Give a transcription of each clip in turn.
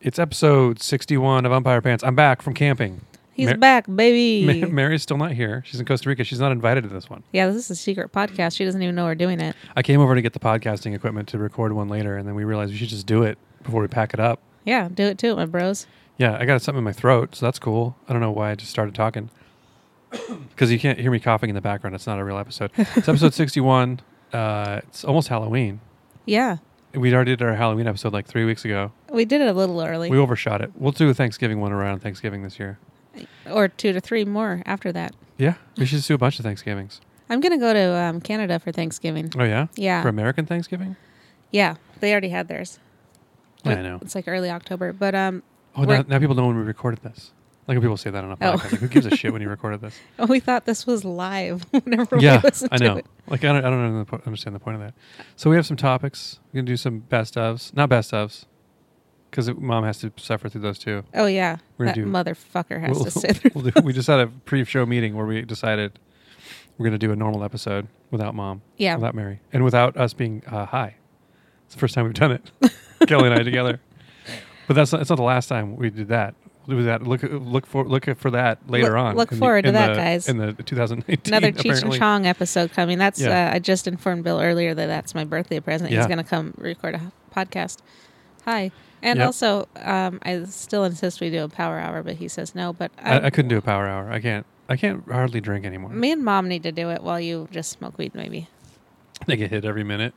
It's episode 61 of Umpire Pants. I'm back from camping. He's Mar- back, baby. Ma- Mary's still not here. She's in Costa Rica. She's not invited to this one. yeah, this is a secret podcast. She doesn't even know we're doing it. I came over to get the podcasting equipment to record one later, and then we realized we should just do it before we pack it up. Yeah, do it too, my bros. Yeah, I got something in my throat, so that's cool. I don't know why I just started talking. Because you can't hear me coughing in the background. It's not a real episode. It's episode 61. Uh, it's almost Halloween. Yeah, We already did our Halloween episode like three weeks ago. we did it a little early, We overshot it. We'll do a Thanksgiving one around Thanksgiving this year. or two to three more after that. Yeah, we should just do a bunch of Thanksgivings. I'm gonna go to um, Canada for Thanksgiving. Oh, yeah? Yeah, For American Thanksgiving? yeah, they already had theirs. I know. It's like early October, but um, Oh, now, Right. now people know when we recorded this. Like when people say that on a Oh. podcast, like, who gives a shit when you recorded this? we thought this was live. Whenever yeah, we listened I know. to it, Like I don't, I don't know the po- understand the point of that. So we have some topics. We're gonna do some best ofs, not best ofs, because mom has to suffer through those too. oh yeah, We're that gonna do- motherfucker has We'll- to sit through. we'll do- we just had a pre-show meeting where we decided we're gonna do a normal episode without mom, Yeah, without Mary, and without us being uh, high. It's the first time we've done it, Kelly and I together. But that's not, that's not the last time we did that. We'll do that. Look look for look for that later Look- on. look in the- forward to in that, the- guys. In the 2019, another Cheech and apparently. Chong episode coming. That's Yeah. uh, I just informed Bill earlier that that's my birthday present. Yeah. He's going to come record a podcast. Hi, and Yep. also um, I still insist we do a power hour, but he says no. But I, I, I couldn't do a power hour. I can't. I can't hardly drink anymore. me and mom need to do it while you just smoke weed, maybe. I get hit every minute.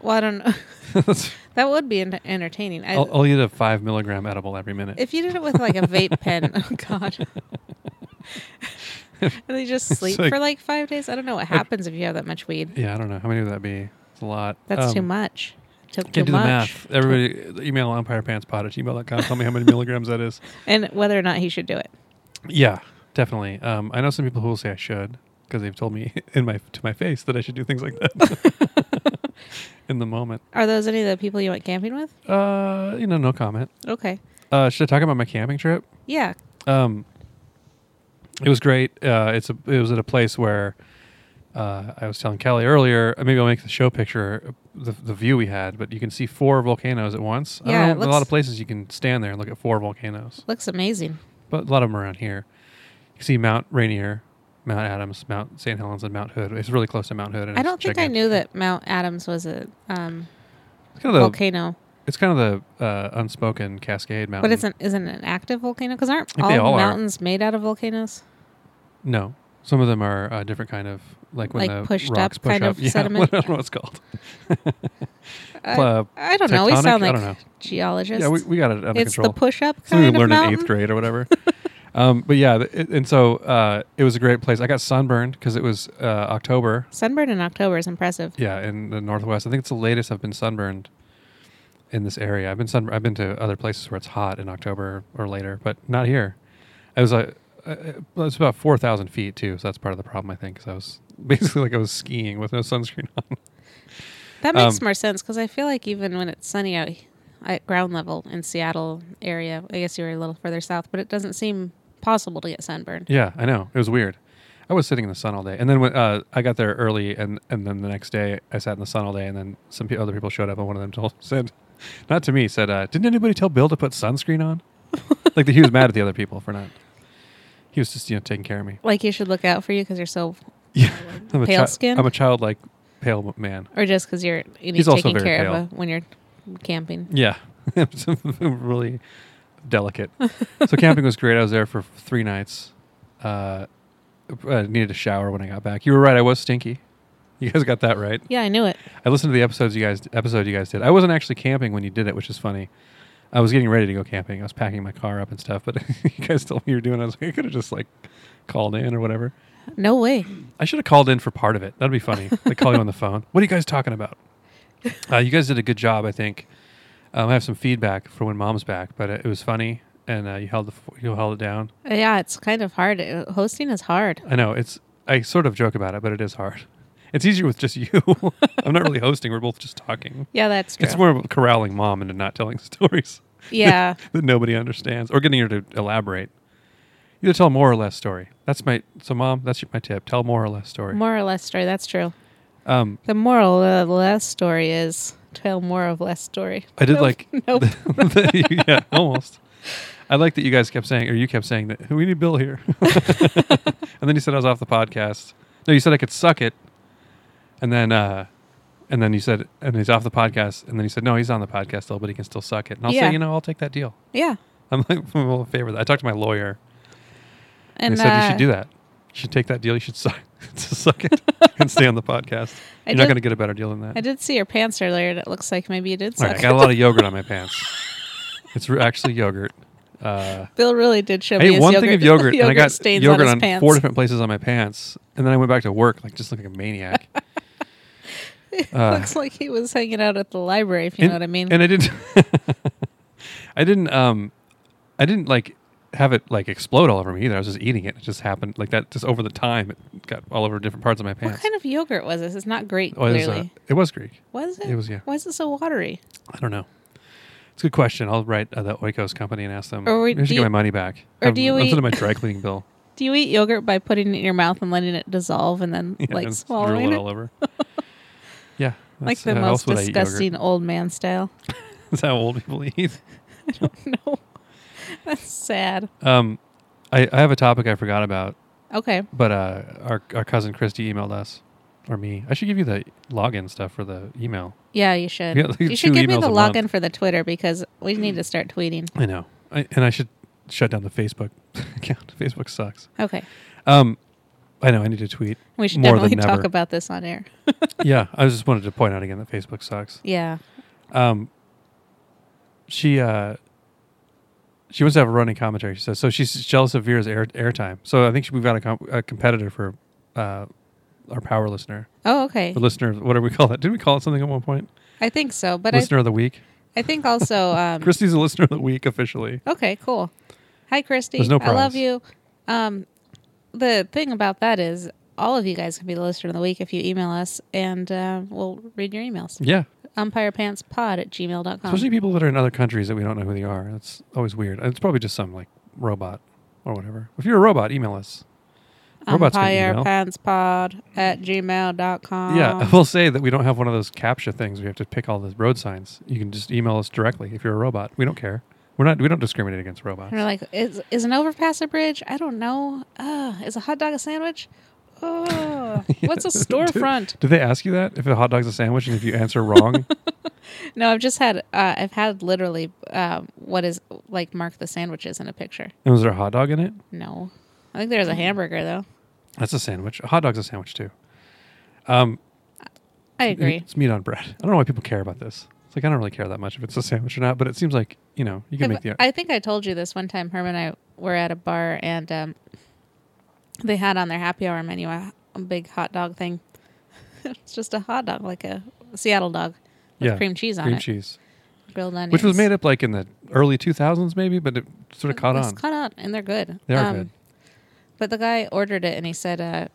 Well, I don't know. That's- that would be en- entertaining. I, I'll, I'll eat a five milligram edible every minute. if you did it with like a vape pen, oh god. and they just sleep like- for like five days. I don't know what happens if you have that much weed. Yeah, I don't know how many would that be. It's a lot. That's Um, too much. Took Can't too do the much. math. Everybody, email umpirepantspot at gmail.com. Tell me how many milligrams that is. And whether or not he should do it. Yeah, definitely. Um, I know some people who will say I should because they've told me in my to my face that I should do things like that in the moment. Are those any of the people you went camping with? Uh, you know, no comment. Okay. Uh, should I talk about my camping trip? Yeah. Um, it was great. Uh, it's a, it was at a place where uh, I was telling Kelly earlier. uh, Maybe I'll make the show picture uh, the, the view we had, but you can see four volcanoes at once. I Yeah, don't know, a it lot looks- of places you can stand there and look at four volcanoes, Looks amazing. but a lot of them around here. You can see Mount Rainier, Mount Adams, Mount St. Helens, and Mount Hood. It's really close to Mount Hood. And I it's don't think I gigantic. knew that Mount Adams was a um, It's kind of the, volcano, it's kind of the uh, unspoken Cascade Mountain. but isn't isn't it an active volcano? Because aren't think they all, all are. mountains made out of volcanoes? No. Some of them are a different kind of like when Like the pushed rocks up push kind up. of yeah, sediment? I don't know what it's called. I, Uh, I don't know. We tectonic? sound I like don't know. geologists. yeah, we, we got it under it's control. the push-up Something we kind of learned mountain. in eighth grade or whatever. um, but yeah, th- it, and so uh, it was a great place. I got sunburned because it was uh, October. Sunburn in October is impressive. Yeah, in the northwest. I think it's the latest I've been sunburned in this area. I've been sun. I've been to other places where it's hot in October or later, but not here. I was like, uh, well, it's about four thousand feet too, so that's part of the problem I think. Because I was basically like I was skiing with no sunscreen on. That makes Um, more sense because I feel like even when it's sunny out he- at ground level in Seattle area, I guess you were a little further south, but it doesn't seem possible to get sunburned. Yeah, I know. It was weird. I was sitting in the sun all day, and then when uh, I got there early, and and then the next day I sat in the sun all day, and then some pe- other people showed up, and one of them told said, not to me, said, uh, didn't anybody tell Bill to put sunscreen on? like he was mad at the other people for not. He was just you know taking care of me. Like you should look out for you because you're so, Yeah, I'm a Pale child- skinned? I'm a childlike pale man. or just because you're you need He's also taking very care pale. of a, when you're camping. Yeah, really delicate. so camping was great. I was there for three nights. Uh, I needed a shower when I got back. You were right. I was stinky. You guys got that right. Yeah, I knew it. I listened to the episodes you guys episode you guys did. I wasn't actually camping when you did it, which is funny. I was getting ready to go camping. I was packing my car up and stuff, but you guys told me you were doing. it. I was like, I could have just like called in or whatever. No way. I should have called in for part of it. That'd be funny. Like call you on the phone. What are you guys talking about? Uh, you guys did a good job, I think. Um, I have some feedback for when mom's back, but it, it was funny, and uh, you held the f- you held it down. Yeah, it's kind of hard. Uh, Hosting is hard. I know it's. I sort of joke about it, but it is hard. It's easier with just you. I'm not really hosting. We're both just talking. Yeah, that's true. It's more of corralling mom into not telling stories yeah, that nobody understands or getting her to elaborate. Either tell more or less story. That's my so mom. That's my tip. Tell more or less story. more or less story. That's true. Um, The moral of the last story is tell more of less story. I did Nope. like Nope. yeah, almost. I like that you guys kept saying, or you kept saying that we need Bill here, and then you said I was off the podcast. No, you said I could suck it, and then, uh and then you said, and he's off the podcast, and then you said, no, he's on the podcast still, but he can still suck it. And I'll Yeah. say, you know, I'll take that deal. yeah. I'm like, I'm all in favor of that. I talked to my lawyer, and, And he said you uh, should do that. You should take that deal. You should suck, suck it, and stay on the podcast. I You're not did- going to get a better deal than that. I did see your pants earlier, and it looks like maybe you did All suck. right, I got a lot of yogurt on my pants. It's re- actually yogurt. Uh, Bill really did show I me ate his one yogurt, thing of yogurt, and I got stains yogurt on his on, pants. four different places on my pants, and then I went back to work like just looking like a maniac. uh, looks like he was hanging out at the library, if you know what I mean. And I didn't. I didn't. Um, I didn't like have it like explode all over me either. I was just eating it. It just happened like that. Just over the time, it got all over different parts of my what pants. kind of yogurt was this? It's not Greek, Oh, it, was, clearly. uh, it was Greek. was it? it was, yeah. Why is it so watery? I don't know. It's a good question. I'll write uh, the Oikos company and ask them. Or we- I should get do you- my money back. or I'm, do you I'm eat- sending my dry cleaning bill. Do you eat yogurt by putting it in your mouth and letting it dissolve and then Yeah, like and just drool it swallowing it? all over. yeah, Like that's- uh, the how most else would I eat yogurt? disgusting old man style. That's how old people eat. no. That's sad. Um, I, I have a topic I forgot about, Okay. but uh, our our cousin Christy emailed us, or me. I should give you the login stuff for the email. Yeah, you should. We got, like, you should two give me emails the a month. login for the Twitter because we need to start tweeting. I know, I, and I should shut down the Facebook account. Facebook sucks. Okay. Um, I know I need to tweet. We should More than definitely talk never. about this on air. yeah, I just wanted to point out again that Facebook sucks. Yeah. um, she uh, she wants to have a running commentary. She says so. She's jealous of Vera's air airtime. So I think she- we've got a, com- a competitor for uh, our power listener, Oh, okay. the listener. of- Whatever we call that. Didn't we call it something at one point? I think so, but I, listener of the week. I think also um, Oh. Christy's a listener of the week officially. Okay, cool. Hi, Christy. There's no I love prize. you. Um, the thing about that is, all of you guys can be the listener of the week if you email us, and uh, we'll read your emails. Yeah, UmpirePantsPod at gmail.com. especially people that are in other countries that we don't know who they are. That's always weird. It's probably just some like robot or whatever. If you're a robot, email us. robots can email. UmpirePantsPod at gmail.com. Yeah, oh. I will say that we don't have one of those captcha things. We have to pick all the road signs. You can just email us directly if you're a robot. We don't care. We're not. We don't discriminate against robots. And we're like, is, is an overpass a bridge? I don't know. Uh, is a hot dog a sandwich? Oh, what's a Do- storefront? Do they ask you that if a hot dog's a sandwich and if you answer wrong? No, I've just had, uh, I've had literally um, what is like Mark the Sandwiches in a picture. and was there a hot dog in it? No. I think there was a Mm-hmm. hamburger though. That's a sandwich. A hot dog's a sandwich too. Um, I agree. It's meat on bread. I don't know why people care about this. It's like I don't really care that much if it's a sandwich or not. But it seems like you know you can make the. I think I told you this one time. Herm and I were at a bar and um, they had on their happy hour menu a, a big hot dog thing. it's just a hot dog, like a Seattle dog with Yeah, cream cheese on cream it, cheese, grilled onions, which was made up like in the early 2000s maybe, but it sort of caught It's on. caught on, and they're good. Um, They are good. But the guy ordered it, and he said, uh,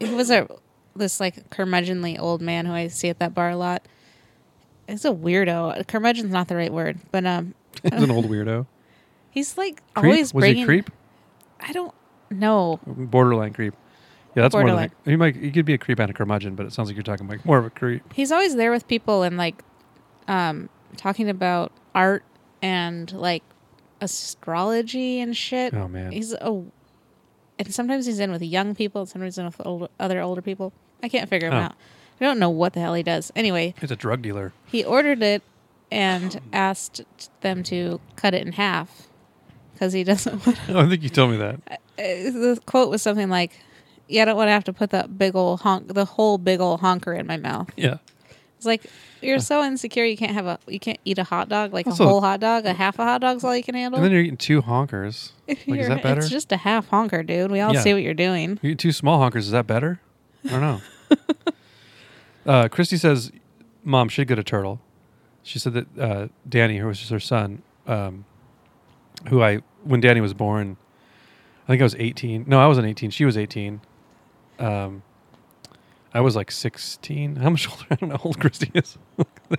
"It was a this like curmudgeonly old man who I see at that bar a lot. He's a weirdo. Curmudgeon's not the right word, but um, It's an old weirdo. he's like Creep? always was bringing. he creep? I don't know. borderline creep. Yeah, that's more Borderline. like you might you could be a creep and a curmudgeon, but it sounds like you're talking like more of a creep. He's always there with people and like um, talking about art and like astrology and shit. Oh, man. he's a and sometimes he's in with young people, and sometimes he's in with old, other older people. I can't figure him Oh. out. I don't know what the hell he does. Anyway, He's a drug dealer. he ordered it and asked them to cut it in half because he doesn't want Oh, I think you told me that. uh, the quote was something like, "Yeah, I don't want to have to put that big old honk, the whole big old honker in my mouth." Yeah. It's like you're so insecure you can't have a, you can't eat a hot dog, like Also- a whole hot dog, a half a hot dog's all you can handle. And then you're eating two honkers. Like, is You're- that better? It's just a half honker, dude. We all Yeah. see what you're doing. you eat two small honkers. Is that better? I don't know. uh, Christy says, "Mom should get a turtle." She said that uh, Danny, who was just her son, um, who I when Danny was born, I think I was 18. No, I wasn't 18. She was 18. Um, I was like 16. How much older? I don't know how old Christy is.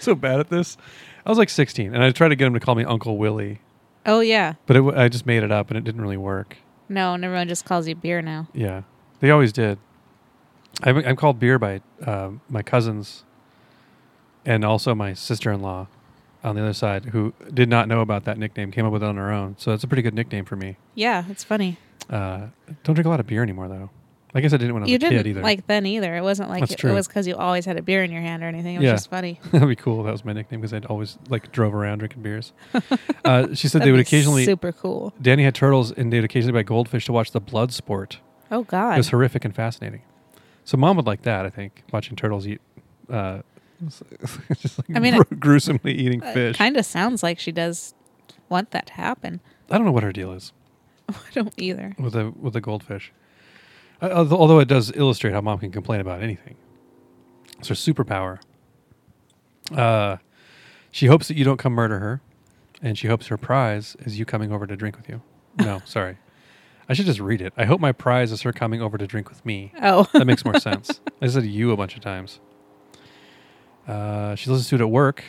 so bad at this. I was like 16, and I tried to get him to call me Uncle Willie, Oh yeah, but it, w- I just made it up, and it didn't really work. no, and everyone just calls you beer now. Yeah, they always did. I'm, I'm called beer by um my cousins uh, and also my sister-in-law on the other side who did not know about that nickname came up with it on her own. So that's a pretty good nickname for me. Yeah, it's funny. Uh, don't drink a lot of beer anymore though. I guess I didn't when I was you a didn't kid either. like then either. It wasn't like That's it, it true. was because you always had a beer in your hand or anything. It was Yeah. just funny. That'd be cool. That was my nickname because I'd always like drove around drinking beers. Uh, she said That'd they would be occasionally. super cool. Danny had turtles, and they'd occasionally buy goldfish to watch the blood sport. Oh It God, was horrific and fascinating. So mom would like that, I think, watching turtles eat. Uh, just like I mean, gru- gruesomely eating fish. kind of Uh, sounds like she does want that to happen. I don't know what her deal is I don't either. with the with the goldfish. Uh, al- although it does illustrate how mom can complain about anything. It's her superpower. Uh, she hopes that you don't come murder her, and she hopes her prize is you coming over to drink with you. No, sorry. I should just read it. I hope my prize is her coming over to drink with me. Oh, That makes more sense. I said you a bunch of times. Uh, she listens to it at work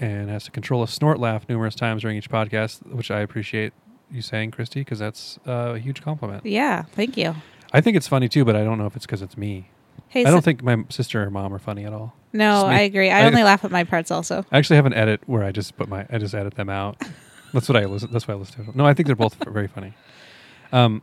and has to control a snort laugh numerous times during each podcast, which I appreciate you saying, Christy, because that's uh, a huge compliment. yeah. Thank you. I think it's funny too, but I don't know if it's because it's me. Hey, I so- don't think my sister or mom are funny at all. no, Just me. I agree. I, I- only laugh at my parts. Also, I actually have an edit where I just put my I just edit them out. That's what I listen. That's why I listen to it. No, I think they're both very funny. Um,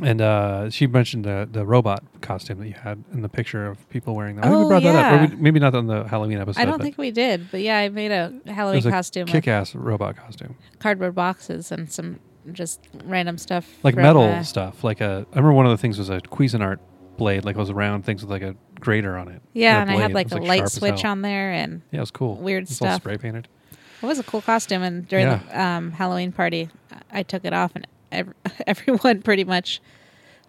and uh, she mentioned the the robot costume that you had in the picture of people wearing them. I think we Oh, brought that yeah. up. Or we, maybe not on the Halloween episode. I don't but think we did, but yeah, I made a it Halloween was a costume with kick-ass robot costume, cardboard boxes and some just random stuff, like from, metal uh, stuff. Like a, I remember one of the things was a Cuisinart blade, like it was round things with like a grater on it. yeah, and I blade. had It like was, a sharp light as switch hell. on there, and Yeah, it was cool. weird It's all stuff. spray painted. it was a cool costume. And during the um, Halloween party, I took it off, and ev- everyone pretty much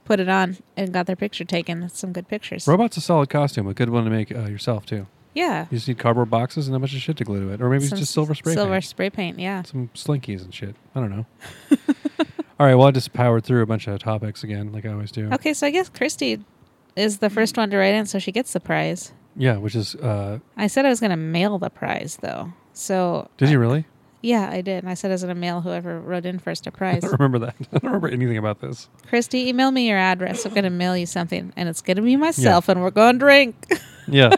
put it on and got their picture taken. Some good pictures. Robot's a solid costume, a good one to make uh, yourself too. yeah, You just need cardboard boxes and a bunch of shit to glue to it, or maybe it's Some just silver spray silver paint, spray paint. Yeah, some slinkies and shit. I don't know. All right, well, I just powered through a bunch of topics again, like I always do. Okay, so I guess Christy is the first one to write in, so she gets the prize. Yeah, which is uh, I said I was going to mail the prize, though. So did you really? yeah, I did. And I said I was going to mail whoever wrote in first a I prize. don't remember that. I don't remember anything about this. Christy, email me your address. I'm going to mail you something, and it's going to be myself, and we're going to drink. Yeah,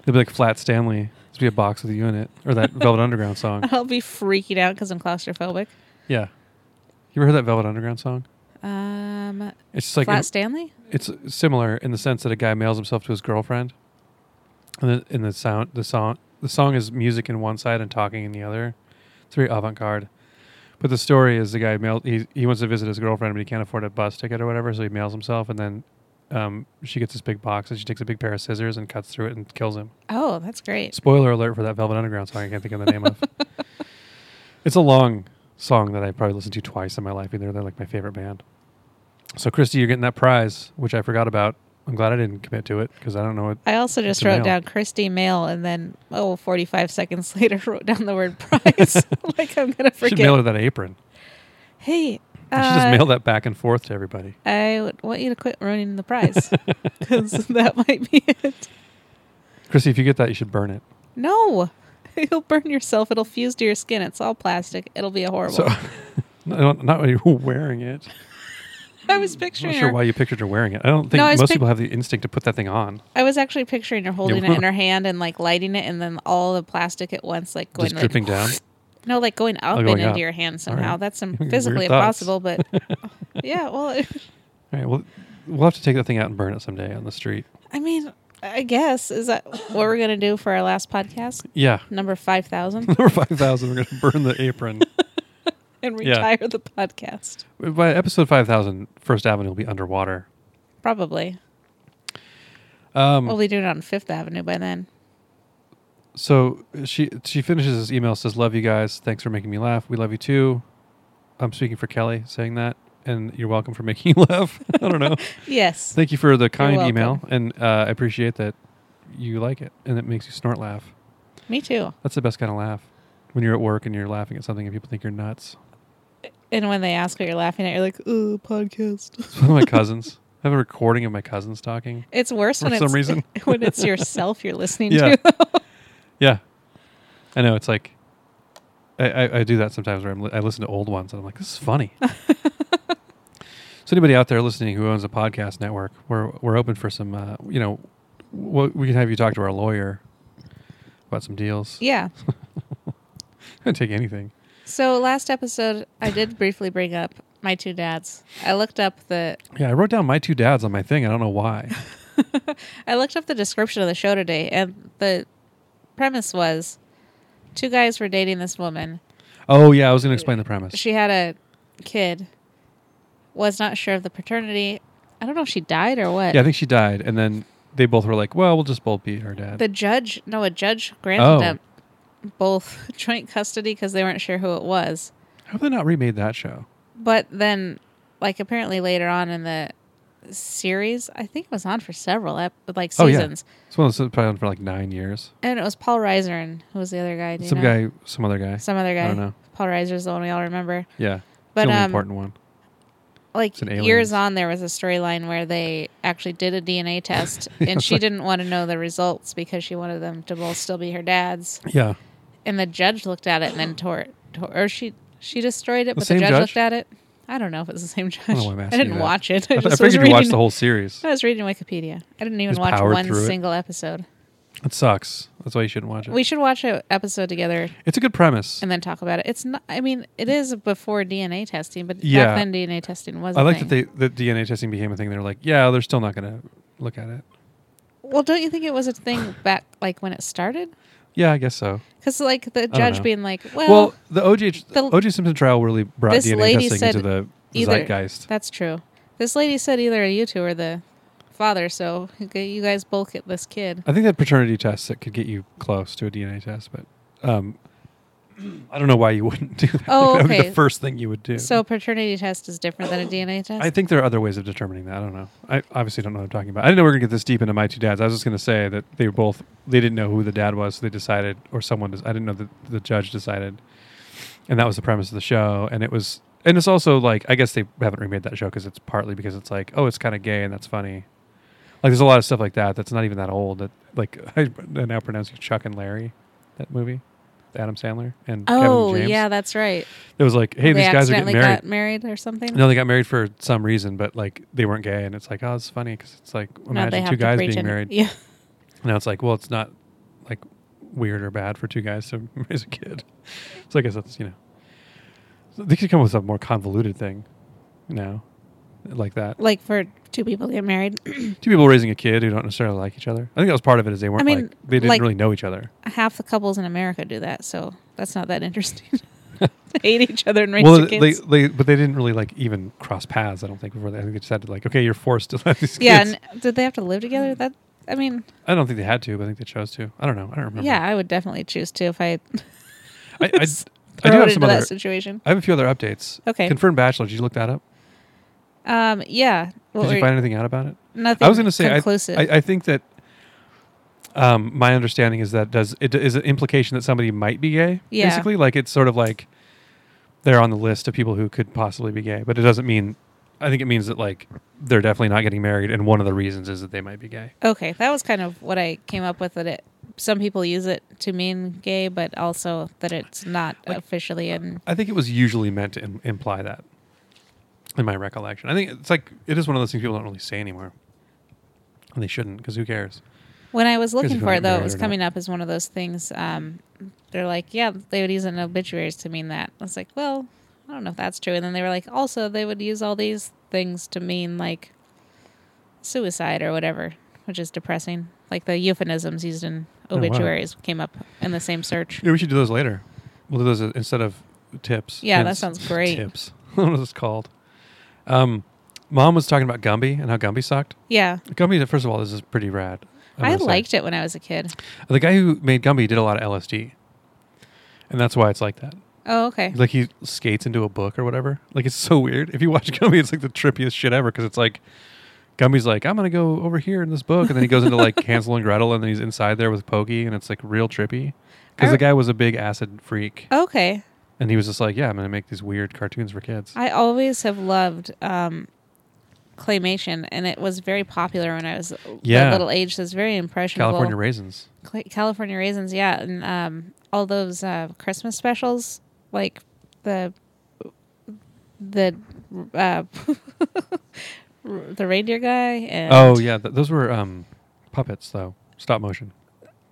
it'd be like Flat Stanley. It'd be a box with you in it, or that Velvet Underground song. I'll be freaking out because I'm claustrophobic. Yeah, you ever heard that Velvet Underground song? Um, It's just like Flat in- Stanley? it's similar in the sense that a guy mails himself to his girlfriend, and the, and the sound, the song, the song is music in one side and talking in the other. It's very avant-garde. But the story is the guy mailed he he wants to visit his girlfriend, but he can't afford a bus ticket or whatever, so he mails himself, and then um, she gets this big box and she takes a big pair of scissors and cuts through it and kills him. Oh, that's great. Spoiler alert for that Velvet Underground song. I can't think of the name of. It's a long song that I probably listened to twice in my life. Either they're like my favorite band. So Christy, you're getting that prize, which I forgot about. I'm glad I didn't commit to it because I don't know what. I also just It's a wrote mail. down Christy mail, and then, oh, 45 seconds later, wrote down the word prize. like I'm going to Should mail forget. her that apron. Hey. I should just uh, mail that back and forth to everybody. I would want you to quit ruining the prize because that might be it. Christy, if you get that, you should burn it. No, you'll burn yourself. It'll fuse to your skin. It's all plastic. It'll be a horrible. So, no, not when you're wearing it. I was I'm picturing not sure her. why you pictured her wearing it. I don't think No, I was most pic- people have the instinct to put that thing on. I was actually picturing her holding it in her hand and like lighting it, and then all the plastic at once, like going Just like, dripping down. No, like going up going and up. into your hand somehow. right. That's um, Weird physically thoughts. impossible, but yeah. Well, All right. Well, we'll have to take that thing out and burn it someday on the street. I mean, I guess is that what we're gonna do for our last podcast, Yeah. number five thousand, Number 5,000, we're going to burn the apron. and Yeah. retire the podcast By episode 5,000, First Avenue will be underwater. probably. Um, We'll be doing it on Fifth Avenue by then. so she she finishes this email, says, Love you guys. Thanks for making me laugh. We love you too. I'm speaking for Kelly saying that. And you're welcome for making you laugh. I don't know. Yes. Thank you for the kind welcome. email. And uh, I appreciate that you like it and it makes you snort laugh. Me too. That's the best kind of laugh. When you're at work and you're laughing at something and people think you're nuts. And when they ask what you're laughing at, you're like, "Ooh, podcast." It's one of my cousins. I have a recording of my cousins talking. It's worse For when some it's reason. when it's yourself you're listening Yeah. to. Yeah, I know. It's like I, I, I do that sometimes where I'm li- I listen to old ones and I'm like, this is funny. so anybody out there listening who owns a podcast network, we're we're open for some. Uh, you know, wh- we can have you talk to our lawyer about some deals. Yeah. I'd take anything. So last episode, I did briefly bring up my two dads. I looked up the Yeah, I wrote down my two dads on my thing. I don't know why. I looked up the description of the show today, and the premise was two guys were dating this woman. Oh yeah, I was going to explain the premise. She had a kid, was not sure of the paternity. I don't know if she died or what. Yeah, I think she died, and then they both were like, "Well, we'll just both be her dad." The judge, no, a judge granted Oh. them both joint custody because they weren't sure who it was. How have they not remade that show? But then, like apparently later on in the series, I think it was on for several ep- like Oh, yeah. seasons, It's one that's probably on for like nine years. and it was Paul Reiser and who was the other guy? Do you Some know? guy, some other guy. uh, some other guy. I don't know. Paul Reiser's the one we all remember. Yeah, it's But, the only um, important one. Like It's an aliens. years on, there was a storyline where they actually did a DNA test, Yeah, and it's she like- didn't want to know the results because she wanted them to both still be her dad's. Yeah, And the judge looked at it and then tore it, tore, or she she destroyed it, The but the same judge, judge? looked at it. I don't know if it was the same judge. know why I'm I asking didn't you that. watch it. I, th- I I just was figured you watched reading. the whole series. I was reading Wikipedia. I didn't even Just watch powered one through it. single episode. It sucks. That's why you shouldn't watch it. We should watch an episode together it's a good premise. and then talk about it. It's not. I mean, it is before DNA testing, but Yeah. back then DNA testing was. I a like thing. that they that DNA testing became a E thing. They're like, yeah, they're still not going to look at it. Well, don't you think it was a thing back like when it started? Yeah, I guess so. Because like the don't judge know. being like, well, Well, the OJ the- OJ Simpson trial really brought this DNA lady testing into said the either- zeitgeist. that's true. This lady said either you two or the father, so you guys both get this kid. I think that paternity test that could get you close to a DNA test, but um, I don't know why you wouldn't do that. Oh, that would be okay. the first thing you would do. So paternity test is different than a DNA test. I think there are other ways of determining that. I don't know. I obviously don't know what I'm talking about. I didn't know we were going to get this deep into my two dads. I was just going to say that they were both, they didn't know who the dad was. So they decided, or someone, des- I didn't know that the judge decided. And that was the premise of the show. And it was, and it's also like, I guess they haven't remade that show because it's partly because it's like, oh, it's kind of gay and that's funny. Like there's a lot of stuff like that that's not even that old. That Like I now pronounce you Chuck and Larry, that movie, with Adam Sandler and oh Kevin James. yeah, that's right. It was like, hey, they these guys are accidentally getting married. got married or something. No, they got married for some reason, but like they weren't gay, and it's like, oh, it's funny because it's like Now they imagine have two to guys preach being in- married. Yeah, Now it's like, well, it's not like weird or bad for two guys to raise a kid. So I guess that's you know, so they could come up with a more convoluted thing now, like that. like for two people to get married, Two people raising a kid who don't necessarily like each other. I think that was part of it is they weren't mean, like they didn't like- really know each other. half the couples in America do that. So that's not that interesting. They hate each other and raise Well, their they, kids. they but they didn't really like even cross paths. I don't think before they, I think they decided like, okay, you're forced to have these yeah, kids. and did they have to live together? That I mean, I don't think they had to, but I think they chose to. I don't know. I don't remember. yeah, I would definitely choose to if I I, I, I do throw it have into some that other. situation. I have a few other updates. Okay. Confirmed Bachelor. Did you look that up? Um, yeah, what Did were- you find anything out about it? nothing. I was going to say. I, conclusive. I, I think that. Um, my understanding is that does it is an implication that somebody might be gay. Yeah. Basically, like it's sort of like they're on the list of people who could possibly be gay, but it doesn't mean. I think it means that like they're definitely not getting married, and one of the reasons is that they might be gay. okay, that was kind of what I came up with. That it some people use it to mean gay, but also that it's not officially in. I think it was usually meant to Im- imply that. In my recollection, I think it's like it is one of those things people don't really say anymore, and they shouldn't because who cares? When I was if looking you for don't it, though, marry it was or not. coming up as one of those things. Um, they're like, yeah, they would use it in obituaries to mean that. I was like, well, I don't know if that's true. And then they were like, also, they would use all these things to mean like suicide or whatever, which is depressing. Like the euphemisms used in Oh, wow. obituaries came up in the same search. Yeah, we should do those later. We'll do those uh, instead of tips. Yeah, And that s- sounds great. Tips. what was this called? Um, Mom was talking about Gumby and how Gumby sucked. Yeah, Gumby, first of all, this is pretty rad. I'm I gonna say. liked it when I was a kid. the guy who made Gumby did a lot of LSD, and that's why it's like that. Oh, okay. Like he skates into a book or whatever. Like it's so weird. If you watch Gumby, it's like the trippiest shit ever because it's like Gumby's like, I'm gonna go over here in this book, and then he goes into like Hansel and Gretel, and then he's inside there with Pokey, and it's like real trippy because I- Oh. the guy was a big acid freak. Okay. And he was just like, "Yeah, I'm gonna make these weird cartoons for kids." I always have loved um, claymation, and it was very popular when I was Yeah. a little age. So it's very impressionable. California raisins. Cla- California raisins, yeah, and um, all those uh, Christmas specials, like the the uh, the reindeer guy and Oh yeah, th- those were um, puppets though, stop motion.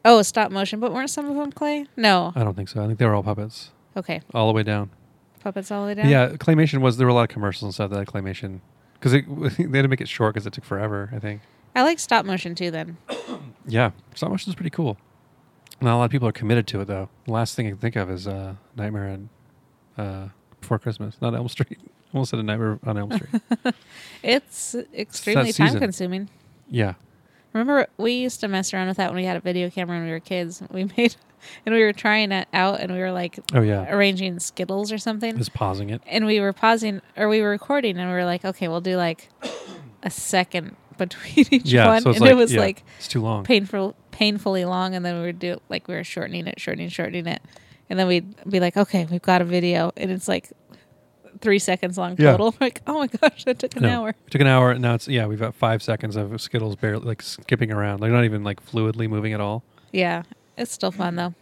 Oh, stop motion, but weren't some of them clay? No. I don't think so. I think they were all puppets Okay. all the way down. Puppets all the way Yeah, down. claymation was there were a lot of commercials and stuff that had claymation because they had to make it short because it took forever. I think. I like stop motion too. Then Yeah, stop motion is pretty cool. Not a lot of people are committed to it though. The last thing I can think of is uh, Nightmare on uh, Before Christmas, not Elm Street. Almost said a Nightmare on Elm Street. it's extremely season. time consuming. yeah, Remember, we used to mess around with that when we had a video camera when we were kids. We made and we were trying it out, and we were like Oh, yeah. arranging skittles or something. just pausing it. and we were pausing or we were recording and we were like okay we'll do like a second between each Yeah, one so it's and like it was yeah, like it's too long. painful painfully long and then we would do it like we were shortening it shortening shortening it and then we'd be like okay we've got a video and it's like three seconds long Yeah. total like oh my gosh that took an No. hour It took an hour. and Now it's yeah, we've got five seconds of Skittles barely like skipping around. They're not even like fluidly moving at all. yeah it's still fun though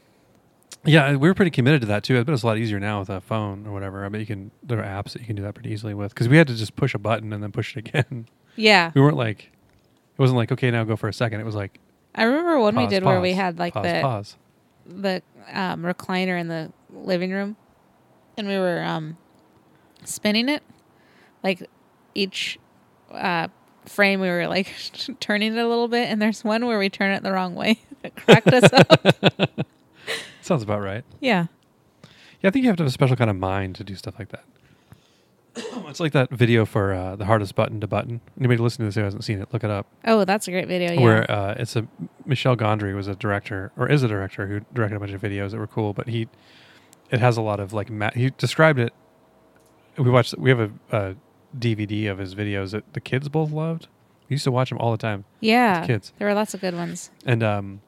Yeah, we were pretty committed to that too. I bet it's a lot easier now with a phone or whatever. I bet you can there are apps that you can do that pretty easily with because we had to just push a button and then push it again. yeah We weren't like it wasn't like okay now go for a second. It was like i remember one we pause, did where we pause, had like pause, the pause. the um, recliner in the living room, and we were um, spinning it. Like each uh, frame, we were like turning it a little bit, and there's one where we turn it the wrong way. it cracked us up. Sounds about right. Yeah. Yeah, I think you have to have a special kind of mind to do stuff like that. it's like that video for uh, the hardest button to button. Anybody listening to this who hasn't seen it, look it up. Oh, that's a great video. Yeah. where uh, it's a Michel Gondry was a director or is a director who directed a bunch of videos that were cool, but he it has a lot of like ma- he described it. We watched we have a, a DVD of his videos that the kids both loved. We used to watch them all the time, yeah. kids. There were lots of good ones. and um,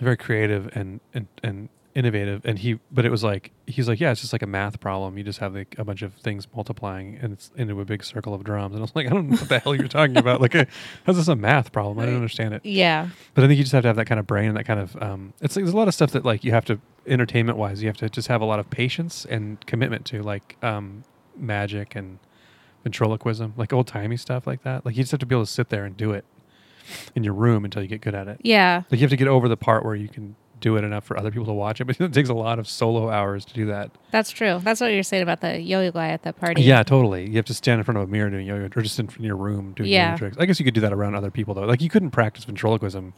very creative and and and innovative. And he, but it was like he's like, yeah, it's just like a math problem. You just have like a bunch of things multiplying and it's into a big circle of drums. And I was like, I don't know what the hell you're talking about. Like, how's this a math problem? I don't understand it. Yeah. But I think you just have to have that kind of brain and that kind of um, it's like there's a lot of stuff that like you have to entertainment wise you have to just have a lot of patience and commitment to like um, magic and ventriloquism like old timey stuff like that like you just have to be able to sit there and do it in your room until you get good at it Yeah. like you have to get over the part where you can do it enough for other people to watch it but it takes a lot of solo hours to do that That's true. That's what you're saying about the yo-yo guy at the party. yeah, totally. You have to stand in front of a mirror doing yoga, or just in front of your room doing Yeah. yoga tricks. I guess you could do that around other people though. Like you couldn't practice ventriloquism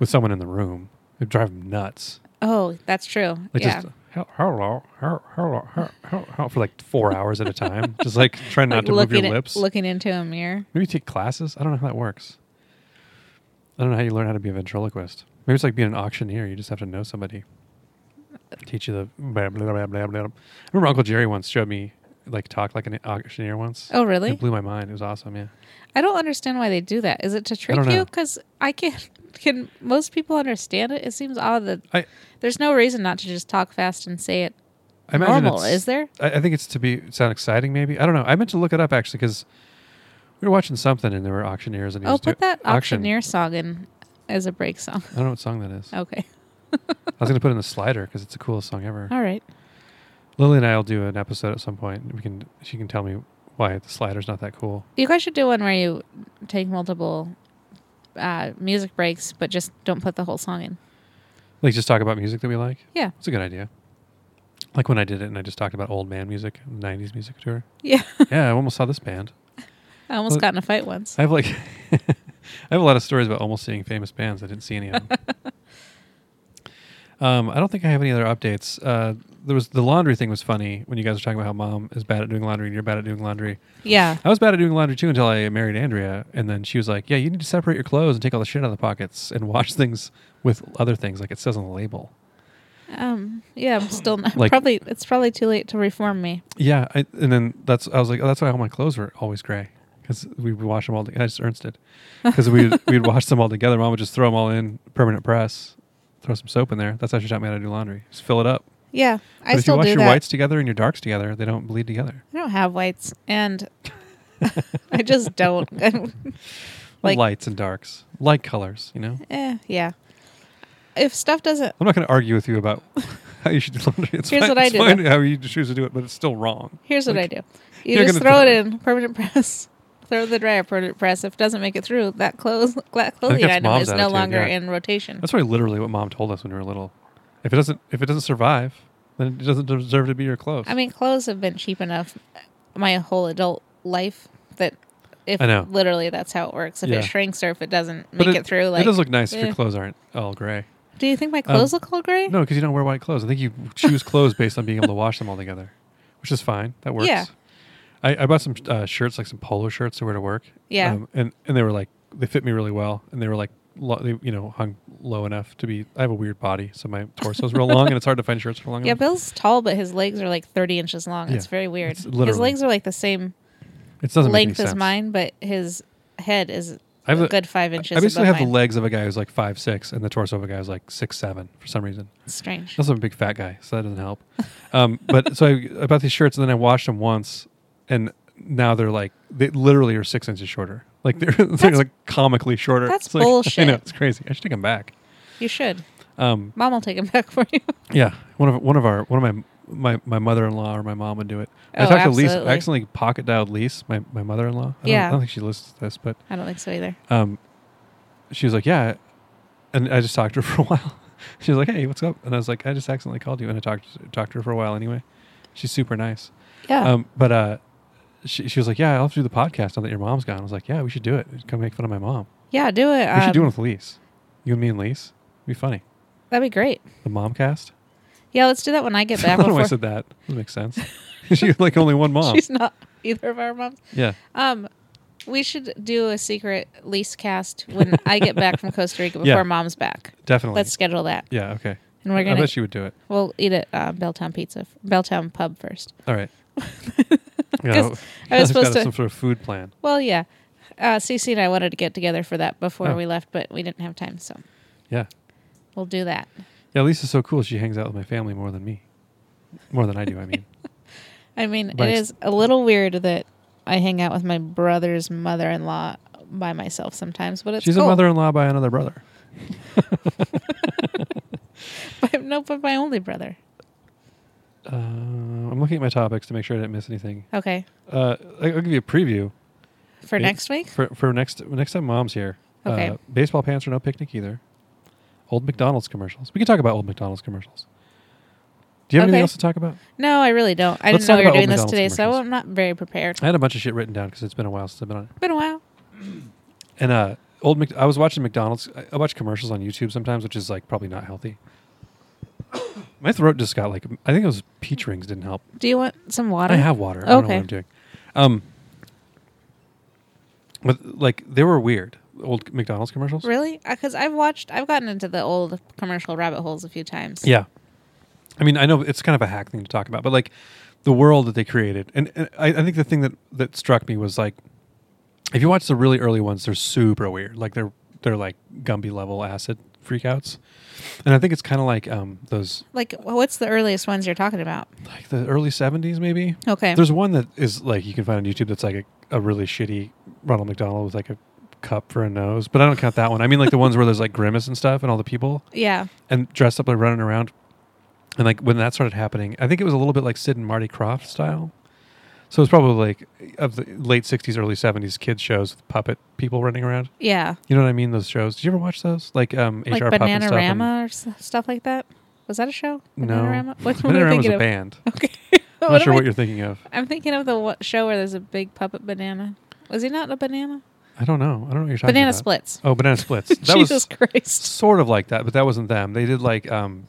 with someone in the room; it'd drive them nuts. Oh, that's true. Like yeah. just "Hel- hello, hel- hello, hel- hel- hel-" for like four hours at a time, just like trying not Like to move your looking at- lips. looking into a mirror. Maybe take classes. I don't know how that works. I don't know how you learn how to be a ventriloquist. Maybe it's like being an auctioneer. You just have to know somebody. Teach you the blah, blah, blah, blah, blah. I remember Uncle Jerry once showed me like talk like an auctioneer once. Oh, really? It blew my mind. It was awesome. Yeah. I don't understand why they do that. Is it to trick don't you? know. Because I can't. Can most people understand it? It seems odd that I there's no reason not to just talk fast and say it I imagine normal, it's- is there? I, I think it's to be sound exciting. Maybe I don't know. I meant to look it up actually because we were watching something and there were auctioneers and he Oh, was put doing- that auction. auctioneer Oh. song in as a break song. I don't know what song that is. Okay. I was going to put it in the slider because it's the coolest song ever. All right. Lily and I will do an episode at some point. We can she can tell me why the slider's not that cool. You guys should do one where you take multiple uh, music breaks, but just don't put the whole song in. Like just talk about music that we like. Yeah. It's a good idea. Like when I did it and I just talked about old man music, nineties music tour. Yeah. yeah, I almost saw this band. I almost Well- got in a fight once. I have like I have a lot of stories about almost seeing famous bands. I didn't see any of them. um, I don't think I have any other updates. Uh, there was the laundry thing was funny when you guys were talking about how mom is bad at doing laundry and you're bad at doing laundry. Yeah. I was bad at doing laundry too until I married Andrea, and then she was like, "Yeah, you need to separate your clothes and take all the shit out of the pockets and wash things with other things, like it says on the label." Um. Yeah. I'm still not, Like- probably. It's probably too late to reform me. Yeah, I, and then that's I was like, "Oh, that's why all my clothes were always gray because we would wash them all. together." I just Ernst did because we we'd wash them all together. Mom would just throw them all in permanent press, throw some soap in there. That's how she taught me how to do laundry. Just fill it up. Yeah. But I if still you wash do your that. whites together and your darks together, they don't bleed together. I don't have whites, and I just don't. Like- Lights and darks, light colors. You know, eh, yeah. If stuff doesn't, I'm not going to argue with you about how you should do laundry. It's Here's fine, what I it's do, fine though. how you choose to do it, but it's still wrong. here's what I Like, do: you you're just gonna throw do it it. in permanent press, Throw the dryer pr- press. If it doesn't make it through, that clothes that clothing that's item mom's is no attitude, longer yeah. in rotation. That's really literally what mom told us when we were little. If it doesn't if it doesn't survive, then it doesn't deserve to be your clothes. I mean, clothes have been cheap enough my whole adult life that if I know. literally that's how it works. If Yeah. it shrinks or if it doesn't But make it, through, like it does look nice if eh. your clothes aren't all gray. do you think my clothes um, look all gray? No, because you don't wear white clothes. I think you choose clothes based on being able to wash them all together, which is fine. That works. Yeah. I, I bought some uh, shirts, like some polo shirts, to wear to work. Um, Yeah. and and they were like they fit me really well, and they were like lo- they you know hung low enough to be. I have a weird body, so my torso's real long, and it's hard to find shirts for long. Yeah, enough. Bill's tall, but his legs are like 30 inches long. Yeah, It's very weird. it's his literally- legs are like the same it doesn't make any length sense. as mine, but his head is I have a the- good five I inches. basically above have the legs of a guy who's like five six, and the torso of a guy who's like six seven for some reason. Strange. Also, I'm a big fat guy, so that doesn't help. Um, but so I, I bought these shirts, and then I washed them once, and now they're like they literally are six inches shorter. Like they're, they're That's- like comically shorter. that's It's like, I bullshit. know it's crazy. I should take them back. You should. Um, Mom will take him back for you. yeah, one of one of our one of my my, my mother in law or my mom would do it. I Oh, talked to Lisa. absolutely. I accidentally pocket dialed Lise, my, my mother in law. I don't- Yeah. I don't think she listens to this, but I don't think so either. um, she was like, yeah. And I just talked to her for a while. She was like, hey, what's up? And I was like, I just accidentally called you. And I talked, talked to her for a while anyway. She's super nice. Yeah. Um, but uh, she, she was like, yeah, I'll have to do the podcast now that your mom's gone. I was like, yeah, we should do it. Come make fun of my mom. yeah, do it. we should do one um, with Lise. You and me and Lise. It'd be funny. That'd be great. The momcast. Yeah, let's do that when I get I back. don't know why I before- said that. That makes sense. She's like only one mom. She's not either of our moms. yeah. Um, we should do a secret lease cast when I get back from Costa Rica before Yeah. Mom's back. Definitely. Let's schedule that, yeah. Okay. and we're I gonna bet she would do it. we'll eat at uh, Belltown Pizza, f- Belltown Pub first. All right. I was I've supposed got to- some sort of food plan. Well, yeah, uh, Cece and I wanted to get together for that before Oh. we left, but we didn't have time, so Yeah. we'll do that. Yeah, Lisa's so cool. She hangs out with my family more than me, more than I do. I mean, I mean, By it ex- is a little weird that I hang out with my brother's mother-in-law by myself sometimes, but it's she's cool. a mother-in-law by another brother. no, but my only brother. Uh, I'm looking at my topics to make sure I didn't miss anything. Okay, Uh, I- I'll give you a preview for It- next week. for, for next next time Mom's here. Okay. Uh, baseball pants are no picnic either. Old McDonald's commercials. We can talk about old McDonald's commercials. Do you have Okay. anything else to talk about? No, I really don't. I Let's talk didn't know we were about Old doing this McDonald's today, so commercials. I'm not very prepared. I had a bunch of shit written down because it's been a while since I've been on it. Been a while. And uh, old Mc- I was watching McDonald's. I- I watch commercials on YouTube sometimes, which is like probably not healthy. My throat just got like I think it was peach rings didn't help. Do you want some water? I have water. I don't know Okay. what I'm doing. Um, but like they were weird old McDonald's commercials. Really? Because I've watched, I've gotten into the old commercial rabbit holes a few times. Yeah. I mean, I know it's kind of a hack thing to talk about, but like the world that they created, and, and I, I think the thing that that struck me was like, if you watch the really early ones, they're super weird. Like they're they're like Gumby level acid freakouts, and I think it's kind of like um those Like, wh- what's the earliest ones you're talking about? like the early seventies maybe. Okay. There's one that is like you can find on YouTube that's like a, a really shitty Ronald McDonald with like a cup for a nose, but I don't count that one. I mean like the ones where there's like grimace and stuff and all the people yeah. and dressed up like running around. And like when that started happening, I think it was a little bit like Sid and Marty Croft style. So it was probably like of the late '60s, early '70s kids shows with puppet people running around. Yeah. You know what I mean? Those shows. Did you ever watch those? Like um, HR Like Puff and stuff. and- Bananarama or s- stuff like that? Was that a show? no, Bananarama? What's what am I Bananarama was thinking a of? band. Okay. I'm What not sure am I- what you're thinking of. I'm thinking of the wha- show where there's a big puppet banana. Was he not a banana? I don't know. I don't know what you're talking Banana about. splits. Oh, Banana Splits. That Jesus was Christ. sort of like that, but that wasn't them. They did like um,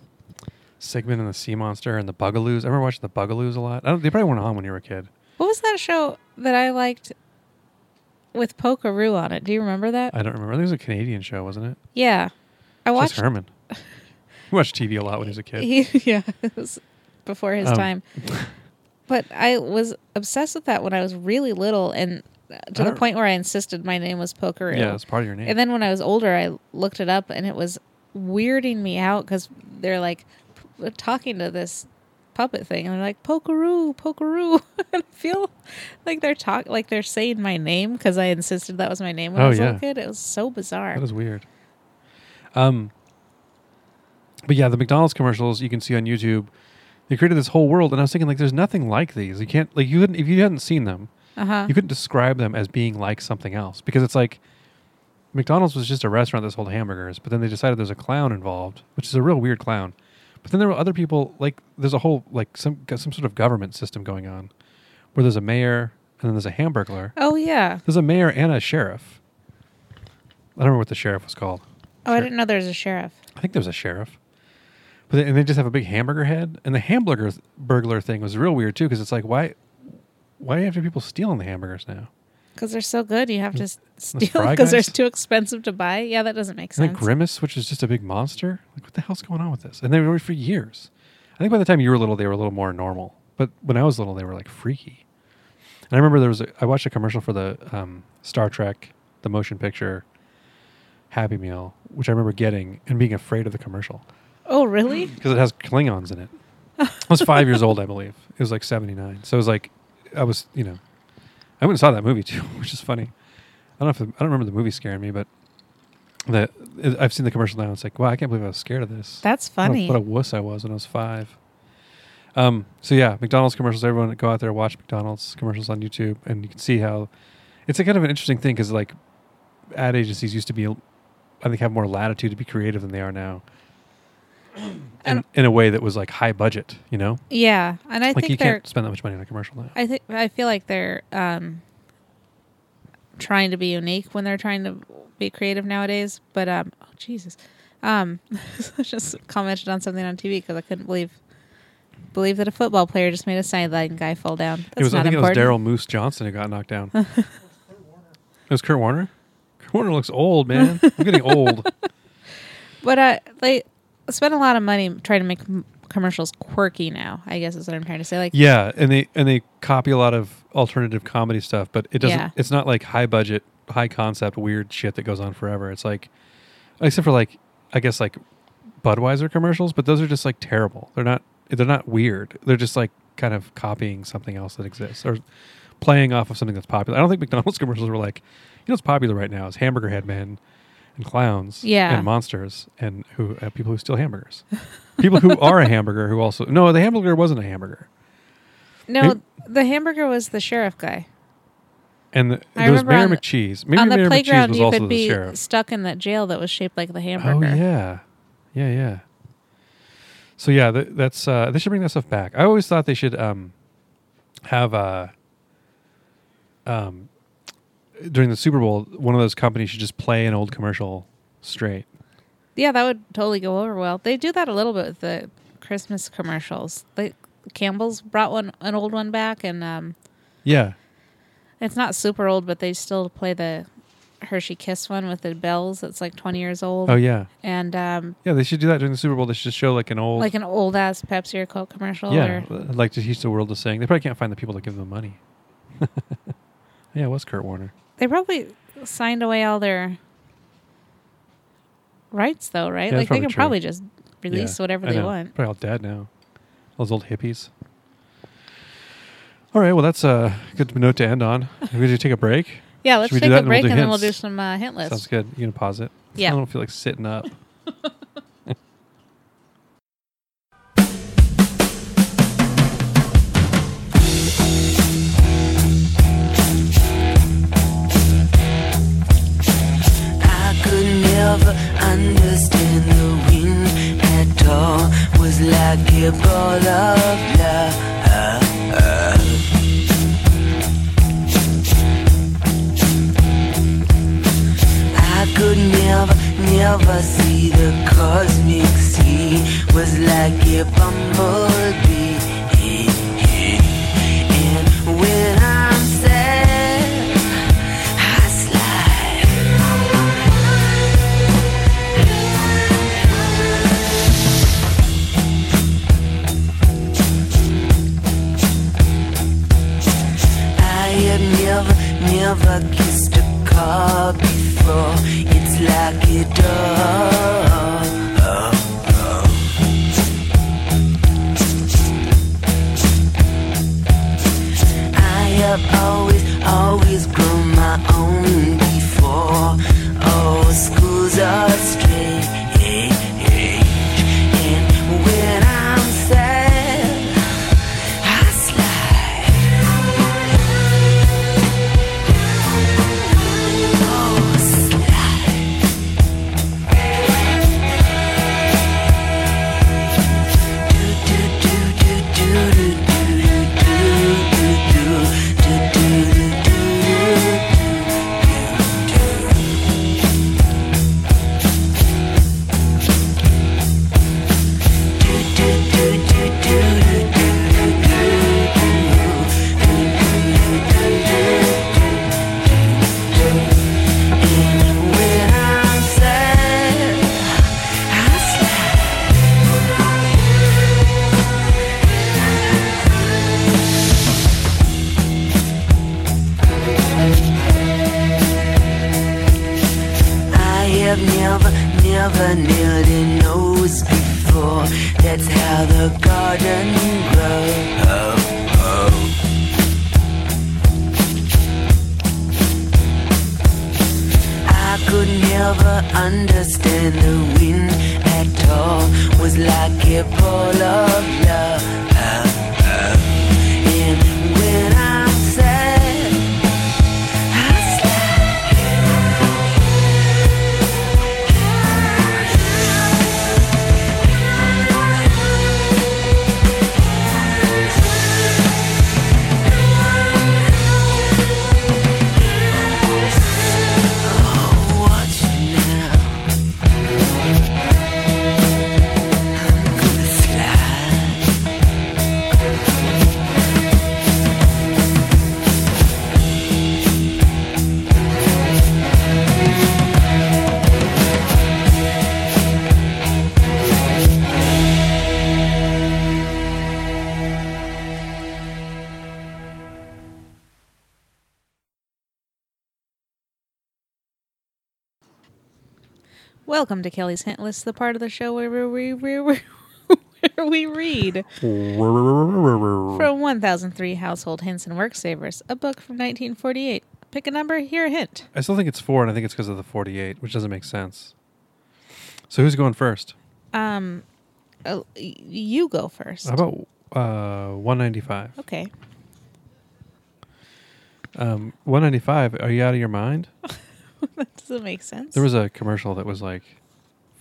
Sigmund and the Sea Monster and the Bugaloos. I remember watching the Bugaloos a lot. I don't, they probably weren't on when you were a kid. What was that show that I liked with Pokeroo on it? Do you remember that? I don't remember. I think it was a Canadian show, wasn't it? yeah. I Chris watched Herman. He watched TV a lot when he was a kid. He, yeah, it was before his Um, time. But I was obsessed with that when I was really little, and uh, to I the don't- point where I insisted my name was Pokeroo. yeah, it's part of your name. And then when I was older, I looked it up, and it was weirding me out because they're like p- talking to this puppet thing, and they're like Pokeroo, Pokeroo, and I feel like they're talk like they're saying my name because I insisted that was my name when I Oh, was a little yeah. kid. It was so bizarre. that is weird. Um, but yeah, the McDonald's commercials you can see on YouTube, they created this whole world, and I was thinking like, there's nothing like these. You can't like you couldn't if you hadn't seen them, Uh huh. you couldn't describe them as being like something else because it's like McDonald's was just a restaurant that sold hamburgers, but then they decided there's a clown involved, which is a real weird clown. But then there were other people like there's a whole like some got some sort of government system going on where there's a mayor and then there's a hamburglar. Oh yeah. There's a mayor and a sheriff. I don't remember what the sheriff was called. Oh, I Sure. didn't know there was a sheriff. I think there's a sheriff. But they, and they just have a big hamburger head. And the hamburger burglar thing was real weird too, because it's like why, why do you have to people stealing the hamburgers now? Because they're so good, you have to s- steal Fry because they're Guys? too expensive to buy. Yeah, that doesn't make And sense. then Grimace, which is just a big monster. Like what the hell's going on with this? And they were for years. I think by the time you were little, they were a little more normal. But when I was little, they were like freaky. And I remember there was a, I watched a commercial for the um, Star Trek, the motion picture Happy Meal, which I remember getting and being afraid of the commercial. oh, really? because it has Klingons in it. I was five years old, I believe. It was like seventy nine. So it was like I was, you know, I went and saw that movie too, which is funny. I don't know if the, I don't remember the movie scaring me, but the it- I've seen the commercial now. and It's like wow, I can't believe I was scared of this. That's What a- funny. What a, wuss I was when I was five. Um. So yeah, McDonald's commercials. Everyone go out there watch McDonald's commercials on YouTube, and you can see how it's a kind of an interesting thing because like ad agencies used to be, I think, have more latitude to be creative than they are now. In, And- in a way that was like high budget, you know, yeah, and I like you think they're. can't spend that much money on a commercial now. I think I feel like they're um, trying to be unique when they're trying to be creative nowadays. But um, oh Jesus, um, I just commented on something on TV because I couldn't believe believe that a football player just made a sideline guy fall down. That's it was I not think important. it was Daryl Moose Johnson who got knocked down. it was Kurt Warner. Kurt Warner looks old, man. I'm getting old. But uh, they spend a lot of money trying to make m- commercials quirky now. I guess is what I'm trying to say. Like, Yeah, and they and they copy a lot of alternative comedy stuff, but it doesn't. Yeah. It's not like high budget, high concept, weird shit that goes on forever. It's like, except for like, I guess like Budweiser commercials, but those are just like terrible. They're not. They're not weird. They're just like kind of copying something else that exists or playing off of something that's popular. I don't think McDonald's commercials were like, you know, what's popular right now is hamburger head men and clowns Yeah. and monsters and who uh, people who steal hamburgers. people who are a hamburger who also no, the hamburger wasn't a hamburger. no, Maybe- the hamburger was the sheriff guy. And the, I there was remember Mayor on- McCheese. Maybe on the Mayor McCheese playground, was you also could the be sheriff. stuck in that jail that was shaped like the Oh hamburger. yeah, yeah, yeah. So yeah, th- that's uh, they should bring that stuff back. I always thought they should um, have uh, um, during the Super Bowl, one of those companies should just play an old commercial straight. Yeah, that would totally go over well. They do that a little bit with the Christmas commercials. Like Campbell's brought one an old one back and um Yeah, it's not super old, but they still play the Hershey Kiss one with the bells that's like twenty years old. oh yeah, And um yeah. They should do that during the Super Bowl. They should just show like an old, like an old ass Pepsi or Coke commercial yeah, or like to teach the world to sing. They probably can't find the people to give them money. yeah, it was Kurt Warner. they probably signed away all their rights though, right? Yeah, that's like they probably can true. probably just release Yeah, whatever I they know. want. Probably all dead now. Those old hippies. All right, well that's a good note to end on. We should take a break. Yeah, let's we do take that a and we'll break do and then we'll do hints? some uh, hint lists. Sounds good. You gonna pause it? Yeah. I don't feel like sitting up. I could never understand the wind at all. Was like a ball of love. I could never, never see the cosmic sea. Was like a bumblebee. And when I'm sad, I slide. I have never, never kissed a car before. It's like a dog. I have always, always grown my own before. Oh, schools are strange. And when I'm sad, I slide. Oh, never, never nearly knows before. That's how the garden grows. I could never understand the wind at all. Was like a pull of love. And when I'm sad, I slide. Watch now. I'm gonna slide. Welcome to Kelly's Hint List, the part of the show where we, where we, where we read from 1003 Household Hints and Work Savers, a book from 1948. Pick a number, hear a hint. I still think it's four, and I think it's because of the 48, which doesn't make sense. So who's going first? Um, uh, y- you go first. How about uh, 195? okay. Um, 195, are you out of your mind? that doesn't make sense. There was a commercial that was like,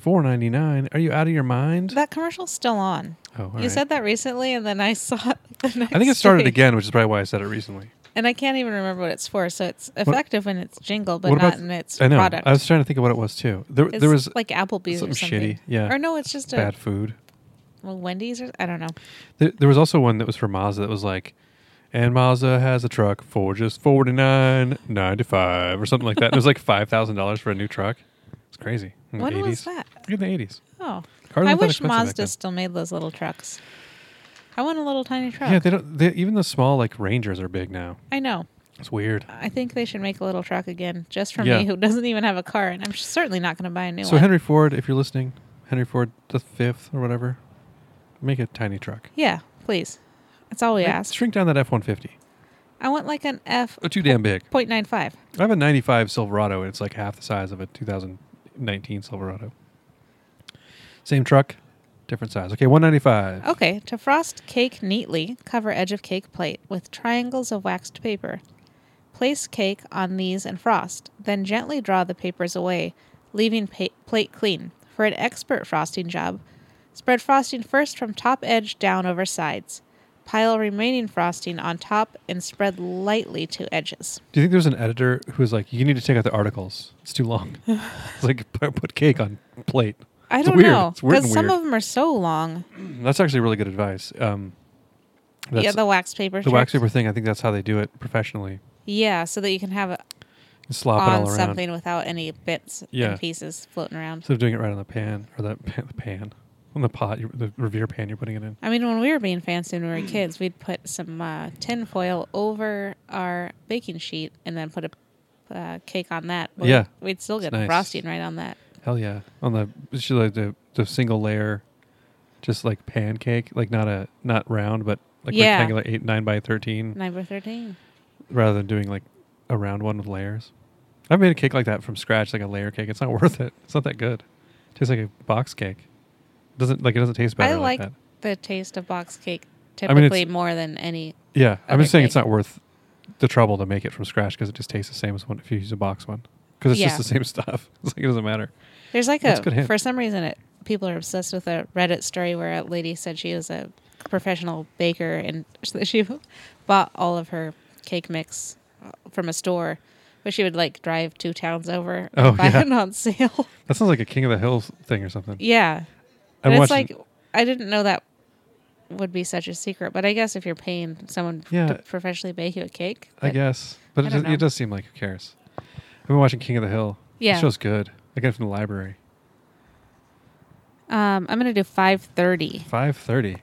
499, are you out of your mind? that commercial's still on. oh, all you right. said that recently, and then I saw it. The next I think it started day. again, which is probably why I said it recently. and I can't even remember what it's for. So it's effective in its jingle, but What not about- in its I know. product. I was trying to think of what it was too. There, it's there was like Applebee's or something something. shitty, yeah. Or no, it's just a bad food. well, Wendy's or I don't know. There, there was also one that was for Mazda that was like, and Mazda has a truck for just forty nine ninety five or something like that. it was like five thousand dollars for a new truck. It's crazy. In When the 80s. was that? In the eighties. Oh, Cars weren't I that wish expensive back Mazda then. still made those little trucks. I want a little tiny truck. Yeah, they don't. They, even the small like Rangers are big now. I know. It's weird. I think they should make a little truck again, just for Yeah. me, who doesn't even have a car, and I'm certainly not going to buy a new So one. Henry Ford, if you're listening, Henry Ford the fifth or whatever, make a tiny truck. yeah, please. That's all we Make- ask. Shrink down that F one fifty. I want like an F Oh, too damn big. point nine five. I have a 95 Silverado, and it's like half the size of a 2019 Silverado. Same truck, different size. Okay, 195. Okay, to frost cake neatly, cover edge of cake plate with triangles of waxed paper. Place cake on these and frost, then gently draw the papers away, leaving pa- plate clean. For an expert frosting job, spread frosting first from top edge down over sides. Pile remaining frosting on top and spread lightly to edges. Do you think there's an editor who was like, you need to take out the articles? It's too long. it's like, p- put cake on plate. I It's don't weird. know It's weird and some weird. of them are so long. That's actually really good advice. Um, that's yeah, the, the wax paper. wax trick. paper thing, I think that's how they do it professionally. Yeah, so that you can have it You slop it all on around. something without any bits Yeah. and pieces floating around. Instead of doing it right on the pan, or the pan, the pan on the pot, you the revere pan you're putting it in. I mean, when we were being fancy when we were kids, we'd put some uh, tin foil over our baking sheet and then put a uh, cake on that. But Yeah. We'd still get nice. frosting right on that. Hell yeah! On the it's like the the single layer, just like pancake, like not a not round, but like Yeah. rectangular eight nine by thirteen, Number 13. rather than doing like a round one with layers. I've made a cake like that from scratch, like a layer cake. It's not worth it. It's not that good. tastes like a box cake. doesn't like it doesn't taste better I like that. the taste of box cake mean, it's- typically more than any. Yeah, I'm other just saying it's cake. not worth the trouble to make it from scratch because it just tastes the same as one if you use a box one because it's Yeah. just the same stuff. It's like it doesn't matter. There's like That's a, a good hint. for some reason, it, people are obsessed with a Reddit story where a lady said she was a professional baker and she bought all of her cake mix uh, from a store, but she would like drive two towns over Oh, and buy yeah. it on sale. That sounds like a King of the Hill thing or something. Yeah. I'm And it's watching- like I didn't know that would be such a secret, but I guess if you're paying someone Yeah. to professionally bake you a cake, I but- guess, but I it don't does, know. it does seem like who cares. I've been watching King of the Hill. Yeah. the show's good. I got it from the library. Um, I'm gonna do five thirty. Five thirty.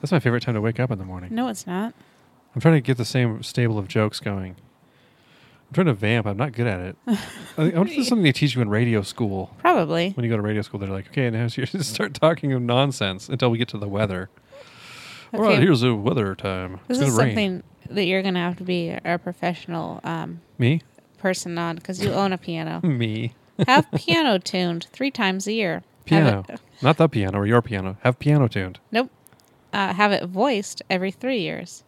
That's my favorite time to wake up in the morning. No, it's not. I'm trying to get the same stable of jokes going. I'm trying to vamp. I'm not good at it. I, think, I wonder if this is something they teach you in radio school. Probably. When you go to radio school, they're like, okay, now you just start talking of nonsense until we get to the weather. All right, Okay. here's the weather time. This it's is gonna rain. something that you're going to have to be a professional um, Me, person on because you own a piano. me, have piano tuned three times a year. Have piano, it- not the piano or your piano. Have piano tuned. nope. Uh, have it voiced every three years.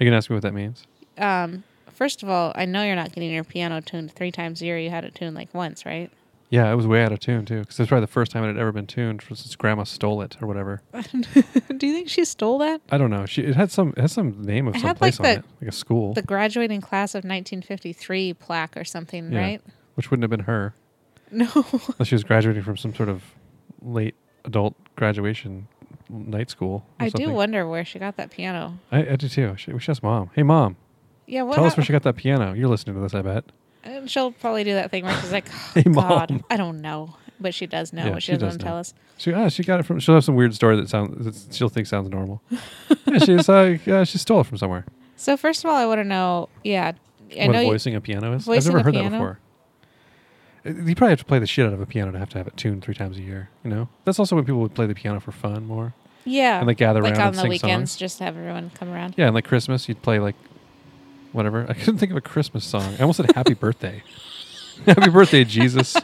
You can ask me what that means. Um, first of all, I know you're not getting your piano tuned three times a year. You had it tuned like once, right? Yeah, it was way out of tune too, because it's probably the first time it had ever been tuned since Grandma stole it or whatever. Do you think she stole that? I don't know. She it had some it had some name of It some had, like, place on the- it, like a school, The graduating class of 1953 plaque or something, Yeah. right? which wouldn't have been her No. unless she was graduating from some sort of late adult graduation night school. Or I something. do wonder where she got that piano. I, I do too. She, we should ask mom. Hey, mom, Yeah, what? tell us hap- where she got that piano. You're listening to this, I bet. And she'll probably do that thing where she's like, Hey, oh, God, Mom." I don't know. But she does know. Yeah, but she, she does doesn't want to know. tell us. She ah, she got it from. She'll have some weird story that sounds that she'll think sounds normal. yeah, she's uh, uh, she stole it from somewhere. So, first of all, I want to know, yeah, I what know you, voicing a piano is? I've voicing never a heard that piano? before. Uh, You probably have to play the shit out of a piano to have to have it tuned three times a year. You know, that's also when people would play the piano for fun more. yeah, and they gather like around on and the sing weekends, songs. just have everyone come around. Yeah, and like Christmas, you'd play like whatever. I couldn't think of a Christmas song. I almost said "Happy Birthday." Happy birthday, Jesus!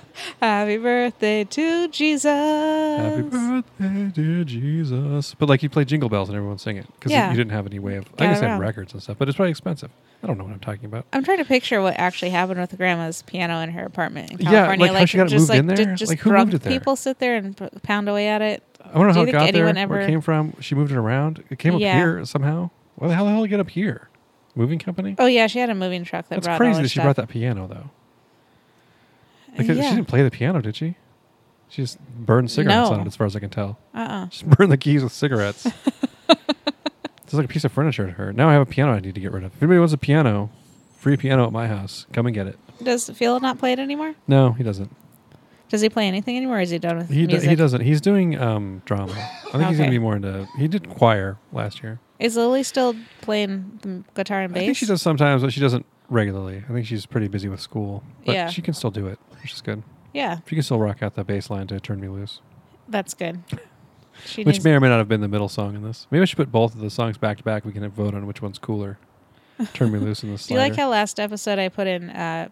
Happy birthday to Jesus. Happy birthday, dear Jesus! But like you play Jingle Bells and everyone would sing it because Yeah. you didn't have any way of. I Gather guess they had around. records and stuff, but it's probably expensive. I don't know what I'm talking about. I'm trying to picture what actually happened with grandma's piano in her apartment in Yeah, California. like how she got it just moved like in did there? just Like, who drunk moved it there? people sit there and p- pound away at it. I don't know Do how you it think got there, anyone where it ever- came from. She moved it around. It came Yeah. up here somehow. Why the hell the hell did it get up here? Moving company? Oh yeah, she had a moving truck that That's brought all crazy her that she stuff. Uh, brought that piano though. Like, She Yeah. didn't play the piano, did she? She just burned cigarettes on No. it, as far as I can tell. Uh-uh. Just burned the keys with cigarettes. It's like a piece of furniture to her. Now I have a piano I need to get rid of. If anybody wants a piano, free piano at my house, come and get it. Does Phil not play it anymore? No, he doesn't. Does he play anything anymore? Or is he done with He, do, music? he doesn't. He's doing um, drama. I think he's going Okay. to be more into. He did choir last year. Is Lily still playing the guitar and bass? I think she does sometimes, but she doesn't regularly. I think she's pretty busy with school, but Yeah. she can still do it, which is good. Yeah, She can still rock out that bass line to "Turn Me Loose," that's good. She which needs- may or may not have been the middle song in this. Maybe I should put both of the songs back to back. We can vote on which one's cooler. "Turn Me Loose" and the Do you slider. like how last episode I put in uh,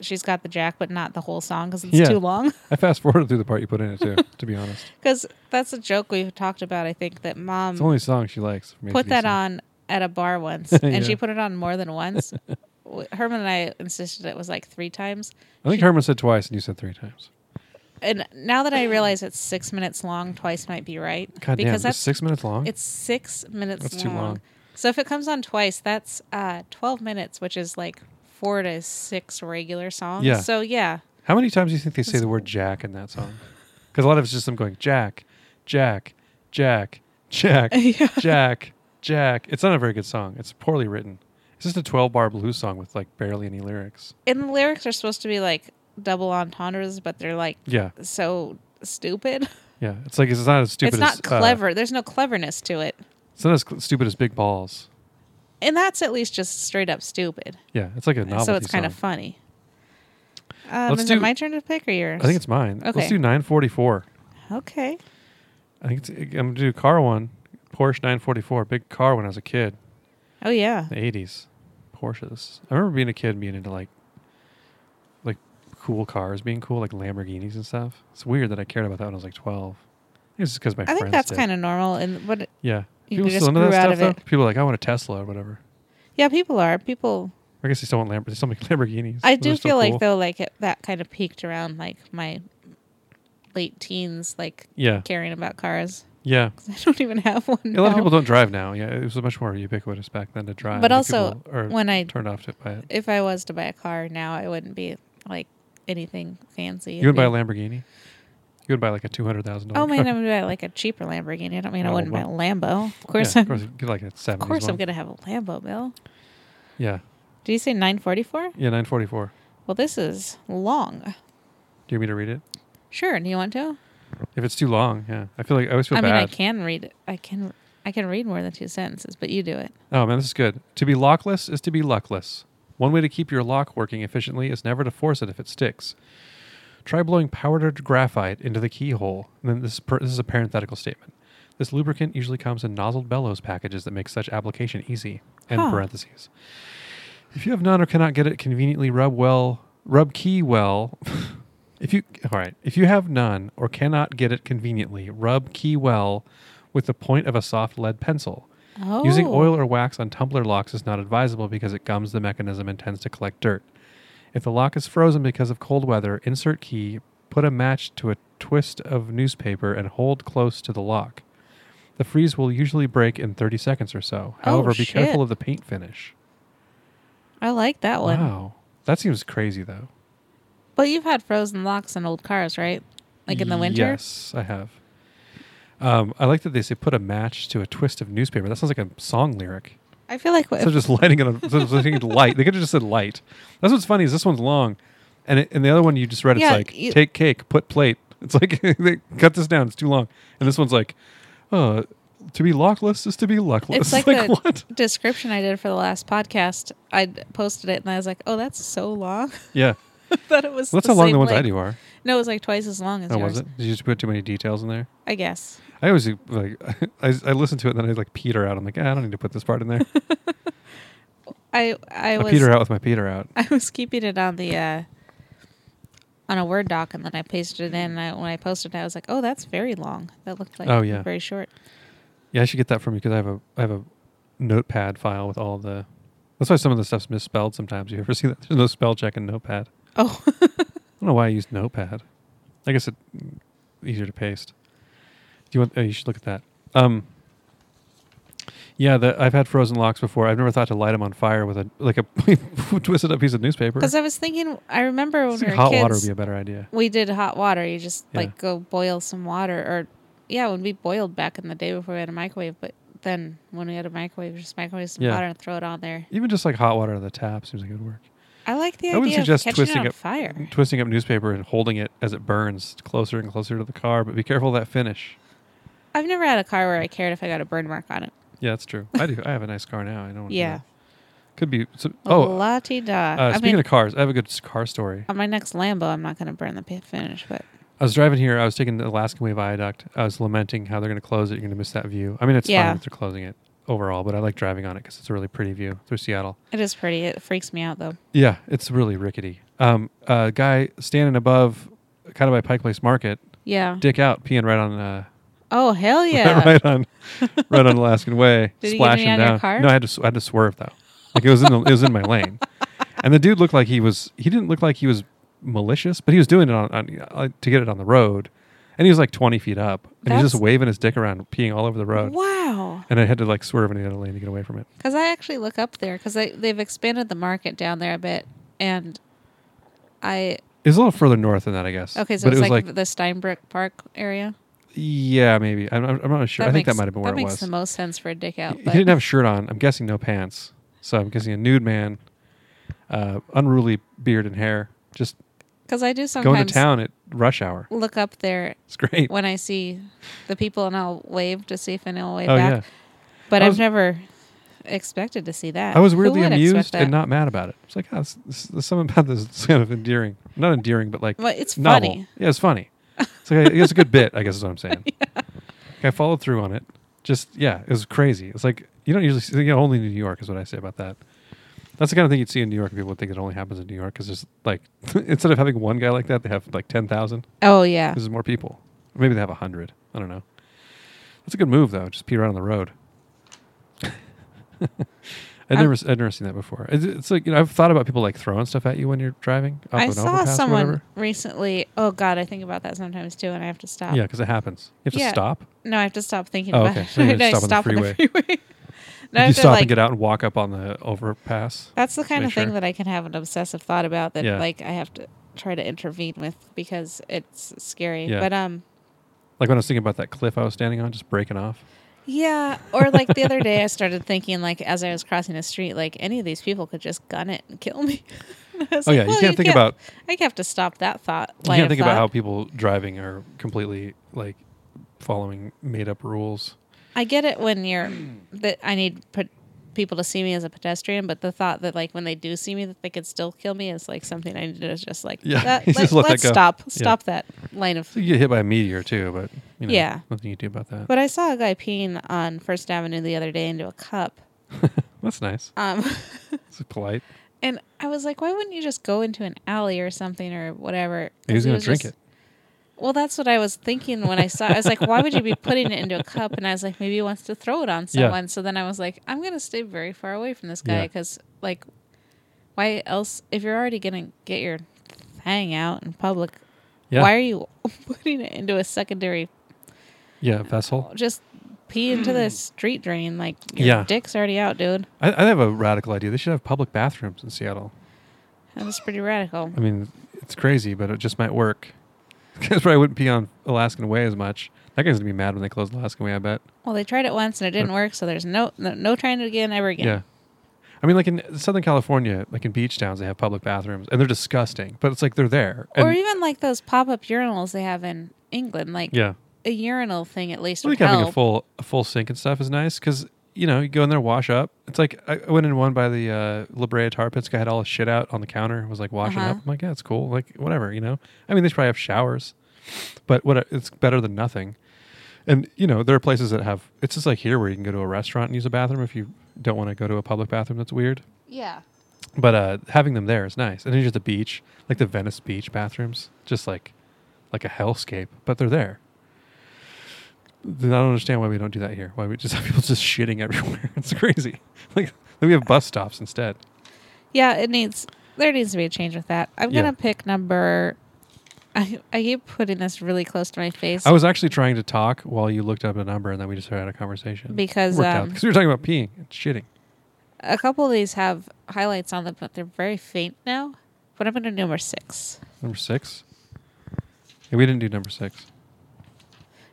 she's got the jack, but not the whole song because it's Yeah. too long? I fast forwarded through the part you put in it too. to be honest, Because that's a joke we've talked about. I think that mom it's the only song she likes. from Um, put that AC/DC. on at a bar once, Yeah. and she put it on more than once. W- Herman and I insisted it was like three times, I think Herman said twice, and you said three times. and now that I realize it's six minutes long, twice might be right God damn, because it's that's six minutes long. It's six minutes That's too long. long. So if it comes on twice, that's uh, 12 minutes, which is like four to six regular songs. Yeah. So yeah. How many times do you think they say the word Jack in that song? Because a lot of it's just them going Jack, Jack, Jack, Jack, Yeah. Jack, Jack. It's not a very good song. It's poorly written. It's just a 12 bar blues song with like barely any lyrics. And the lyrics are supposed to be like double entendres, but they're like Yeah, so stupid. yeah. It's like it's not as stupid. it's not as, uh, clever. There's no cleverness to it. it's not as cl- stupid as Big Balls. And that's at least just straight up stupid. Yeah, it's like a novelty. So it's kind of song. funny. Um, Let's is do- it my turn to pick or yours? I think it's mine. Let's Okay. do 944. okay. I think it's, I'm gonna do car one, Porsche 944. Big car when I was a kid. Oh yeah. the eighties Porsches. I remember being a kid and being into like like cool cars being cool, like Lamborghinis and stuff. It's weird that I cared about that when I was like twelve. I think It's just because my I friends. think that's did. kind of normal. And but yeah. you People just still into that grew out stuff of though. it. People are like I want a Tesla or whatever. yeah, people are people I guess they still want Lamb- they still make Lamborghinis. I Those do are still feel cool. like though, like it, that kind of peaked around like my late teens, like Yeah, caring about cars. yeah. 'Cause I don't even have one. A lot of now. people don't drive now. Yeah, it was much more ubiquitous back then to drive. But I think also, people are when I- turned off to buy it, If I was to buy a car now, I wouldn't be like anything fancy. you would buy a Lamborghini. You would buy like a two hundred thousand Oh dollars. man, I would buy like a cheaper Lamborghini. I don't mean I Oh, wouldn't buy a well. Lambo. Of yeah, of course, I'm, course, get like a seventies. of course, I'm gonna have a Lambo, Bill. Yeah, Did you say 944? yeah, nine forty four. Well, this is long. Do you want me to read it? Sure. Do you want to? If it's too long, yeah. I feel like I always feel I bad. mean, I can read. it. I can. I can read more than two sentences, but you do it. Oh man, this is good. To be lockless is to be luckless. One way to keep your lock working efficiently is never to force it if it sticks. Try blowing powdered graphite into the keyhole. And then this, is per, this is a parenthetical statement. This lubricant usually comes in nozzled bellows packages that make such application easy. End Huh. parentheses. If you have none or cannot get it, conveniently rub well, rub key well. if you all right, if you have none or cannot get it conveniently, rub key well with the point of a soft lead pencil. Oh. Using oil or wax on tumbler locks is not advisable because it gums the mechanism and tends to collect dirt. If the lock is frozen because of cold weather, insert key, put a match to a twist of newspaper, and hold close to the lock. The freeze will usually break in 30 seconds or so. Oh, However, be shit. careful of the paint finish. I like that one. Wow. That seems crazy, though. But you've had frozen locks in old cars, right? Like in the winter? Yes, I have. Um, I like that they say put a match to a twist of newspaper. That sounds like a song lyric. I feel like what So if, just lighting it, on, so just lighting it light. They could have just said light. That's what's funny is this one's long, and it, and the other one you just read, Yeah, it's like you- take cake, put plate. It's like they cut this down. It's too long. And this one's like, uh, to be lockless is to be luckless. it's like, the what? description I did for the last podcast. I posted it and I was like, "Oh, that's so long." Yeah, I thought it was. well, that's the how long same the ones I length. do are. No, it was like twice as long as Oh, yours. was it? Did you just put too many details in there? I guess. I always do, like I, I listen to it and then I like peter out. I'm like, ah, I don't need to put this part in there. I I I, was peter out with my peter out. I was keeping it on the uh, on a Word doc, and then I pasted it in. And I, when I posted it, I was like, "Oh, that's very long. That looked like Oh, yeah. very short." Yeah, I should get that from you because I have a I have a notepad file with all the. That's why some of the stuff's misspelled sometimes. You ever see that? There's no spell check in Notepad. I Oh, don't know why I use Notepad. I guess it's easier to paste. Do you want? Oh, you should look at that. Um. Yeah, the, I've had frozen locks before. I've never thought to light them on fire with a like a twisted up piece of newspaper. because I was thinking. I remember when Just we think were hot kids, water would be a better idea. we did hot water. You just Yeah. like go boil some water, or yeah, when we boiled back in the day before we had a microwave. But then when we had a microwave, we just microwave some Yeah. water and throw it on there. Even just like hot water out of the tap seems like it would work. I like the I would idea of suggest catching twisting it on it- fire. twisting up newspaper and holding it as it burns closer and closer to the car. But be careful of that finish. I've never had a car where I cared if I got a burn mark on it. Yeah, that's true. I do. I have a nice car now. I don't. wanna do Yeah. that. Could be. So, oh, la ti da. uh, I speaking mean, of cars, I have a good s- car story. on my next Lambo, I'm not going to burn the pa- finish, but I was driving here. I was taking the Alaskan Way Viaduct. I was lamenting how they're going to close it. You're going to miss that view. I mean, it's Yeah. fine if they're closing it overall, but I like driving on it because it's a really pretty view through Seattle. it is pretty. It freaks me out though. Yeah, it's really rickety. Um, a guy standing above, kind of by Pike Place Market, Yeah. dick out, peeing right on. Uh, oh hell yeah! right on, right on Alaskan Way, Did you get splashing any on your down. car? No, I had to, s- I had to swerve though. Like it was in, the, it was in my lane, and the dude looked like he was. He didn't look like he was malicious, but he was doing it on, on uh, to get it on the road, and he was like twenty feet up, and he's That's- just waving his dick around, peeing all over the road. Wow. And I had to like swerve in the other lane to get away from it. Because I actually look up there because they've expanded the market down there a bit, and I It was a little further north than that, I guess. okay, so but it's it was like, like, the Steinbrook Park area. yeah, maybe. I'm, I'm I'm not sure. I think makes- that might have been where that it makes was. the most sense for a dick out. He- But he didn't have a shirt on. I'm guessing no pants. So I'm guessing a nude man, uh, unruly beard and hair, just because I do sometimes going to town at rush hour. look up there It's great. when I see the people, and I'll wave to see if anyone will wave Oh back. yeah, But I I've was- never expected to see that. I was Who weirdly would expect amused and that? not mad about it. It's like, oh, this, this, there's something about this that's kind of endearing. Not endearing, but like Well, it's novel. funny. Yeah, it's funny. It's like it's a good bit. I guess is what I'm saying. Like, I followed through on it. Just yeah, it was crazy. It's like you don't usually see, you know, only in New York is what I say about that. That's the kind of thing you'd see in New York. and People would think it only happens in New York because there's like instead of having one guy like that, they have like ten thousand. Oh yeah. This is more people. Or maybe they have a hundred. I don't know. That's a good move though. Just pee right on the road. I'd I'm- never, I'd never seen that before. It's, it's like you know, I've thought about people like throwing stuff at you when you're driving. Up I an saw overpass or someone whatever. recently. Oh God, I think about that sometimes too, and I have to stop. Yeah, because it happens. You have to Um, Yeah. stop. No, I have to stop thinking Oh, about okay. it. So you And I just stop on the freeway. No, I you have to, stop like- Uh, and get out and walk up on the overpass. That's the kind make of thing sure. that I can have an obsessive thought about that Yeah. like I have to try to intervene with because it's scary. Yeah. But um Like when I was thinking about that cliff I was standing on, just breaking off. yeah, or like the other day I started thinking like as I was crossing the street like any of these people could just gun it and kill me. And I was Oh, yeah, you can't think about- I have to stop that thought. you line can't of think about how thought. people driving are completely like following made up rules. I get it when you're that I need put people to see me as a pedestrian, but the thought that like when they do see me that they could still kill me is like something I need to just like Yeah, that, you let, just let that us go. stop Yeah. stop that line of So you get hit by a meteor too, but you know, Yeah. nothing you do about that. But I saw a guy peeing on First Avenue the other day into a cup. That's nice. Um, It's polite. and I was like, why wouldn't you just go into an alley or something or whatever? He's 'Cause he gonna was drink just- it. Well, that's what I was thinking when I saw. it. I was like, why would you be putting it into a cup? And I was like, maybe he wants to throw it on Yeah. someone. So then I was like, I'm gonna stay very far away from this guy Yeah. because, like, why else? If you're already gonna get your thing out in public, Yeah. why are you putting it into a secondary Yeah, vessel. just pee into the street drain. Like your Yeah. dick's already out, dude. I, I have a radical idea. They should have public bathrooms in Seattle. That was pretty radical. I mean, it's crazy, but it just might work. Guys probably wouldn't pee on Alaskan Way as much. That guy's gonna be mad when they close Alaskan Way. I bet. Well, they tried it once and it didn't work, so there's no no, no trying it again ever Yeah. again. I mean, like in Southern California, like in beach towns, they have public bathrooms, and they're disgusting. But it's like they're there. And or even like those pop up urinals they have in England, like yeah, a urinal thing at least I would think having help. a full a full sink and stuff is nice because you know you go in there wash up. It's like I I went in one by the uh, La Brea Tar Pits guy had all his shit out on the counter. Was like washing Uh-huh. up. I'm like, yeah, it's cool. Like whatever, you know. I mean, they should probably have showers, but what it's better than nothing. And you know, there are places that have. It's just like here where you can go to a restaurant and use a bathroom if you don't want to go to a public bathroom. That's weird. yeah, But uh, having them there is nice. And then you're at the beach, like the Venice beach bathrooms, just like like a hellscape, but they're there. Then I don't understand why we don't do that here. Why we just have people just shitting everywhere. It's crazy. Like then we have bus stops instead. yeah, it needs there needs to be a change with that. I'm Yeah. gonna pick number. I I keep putting this really close to my face I was actually trying to talk while you looked up a number and then we just had a conversation. because Worked out. um, 'Cause we were talking about peeing and shitting. a couple of these have highlights on them, but they're very faint now. But I'm gonna do number six. Number six. Yeah, we didn't do number six.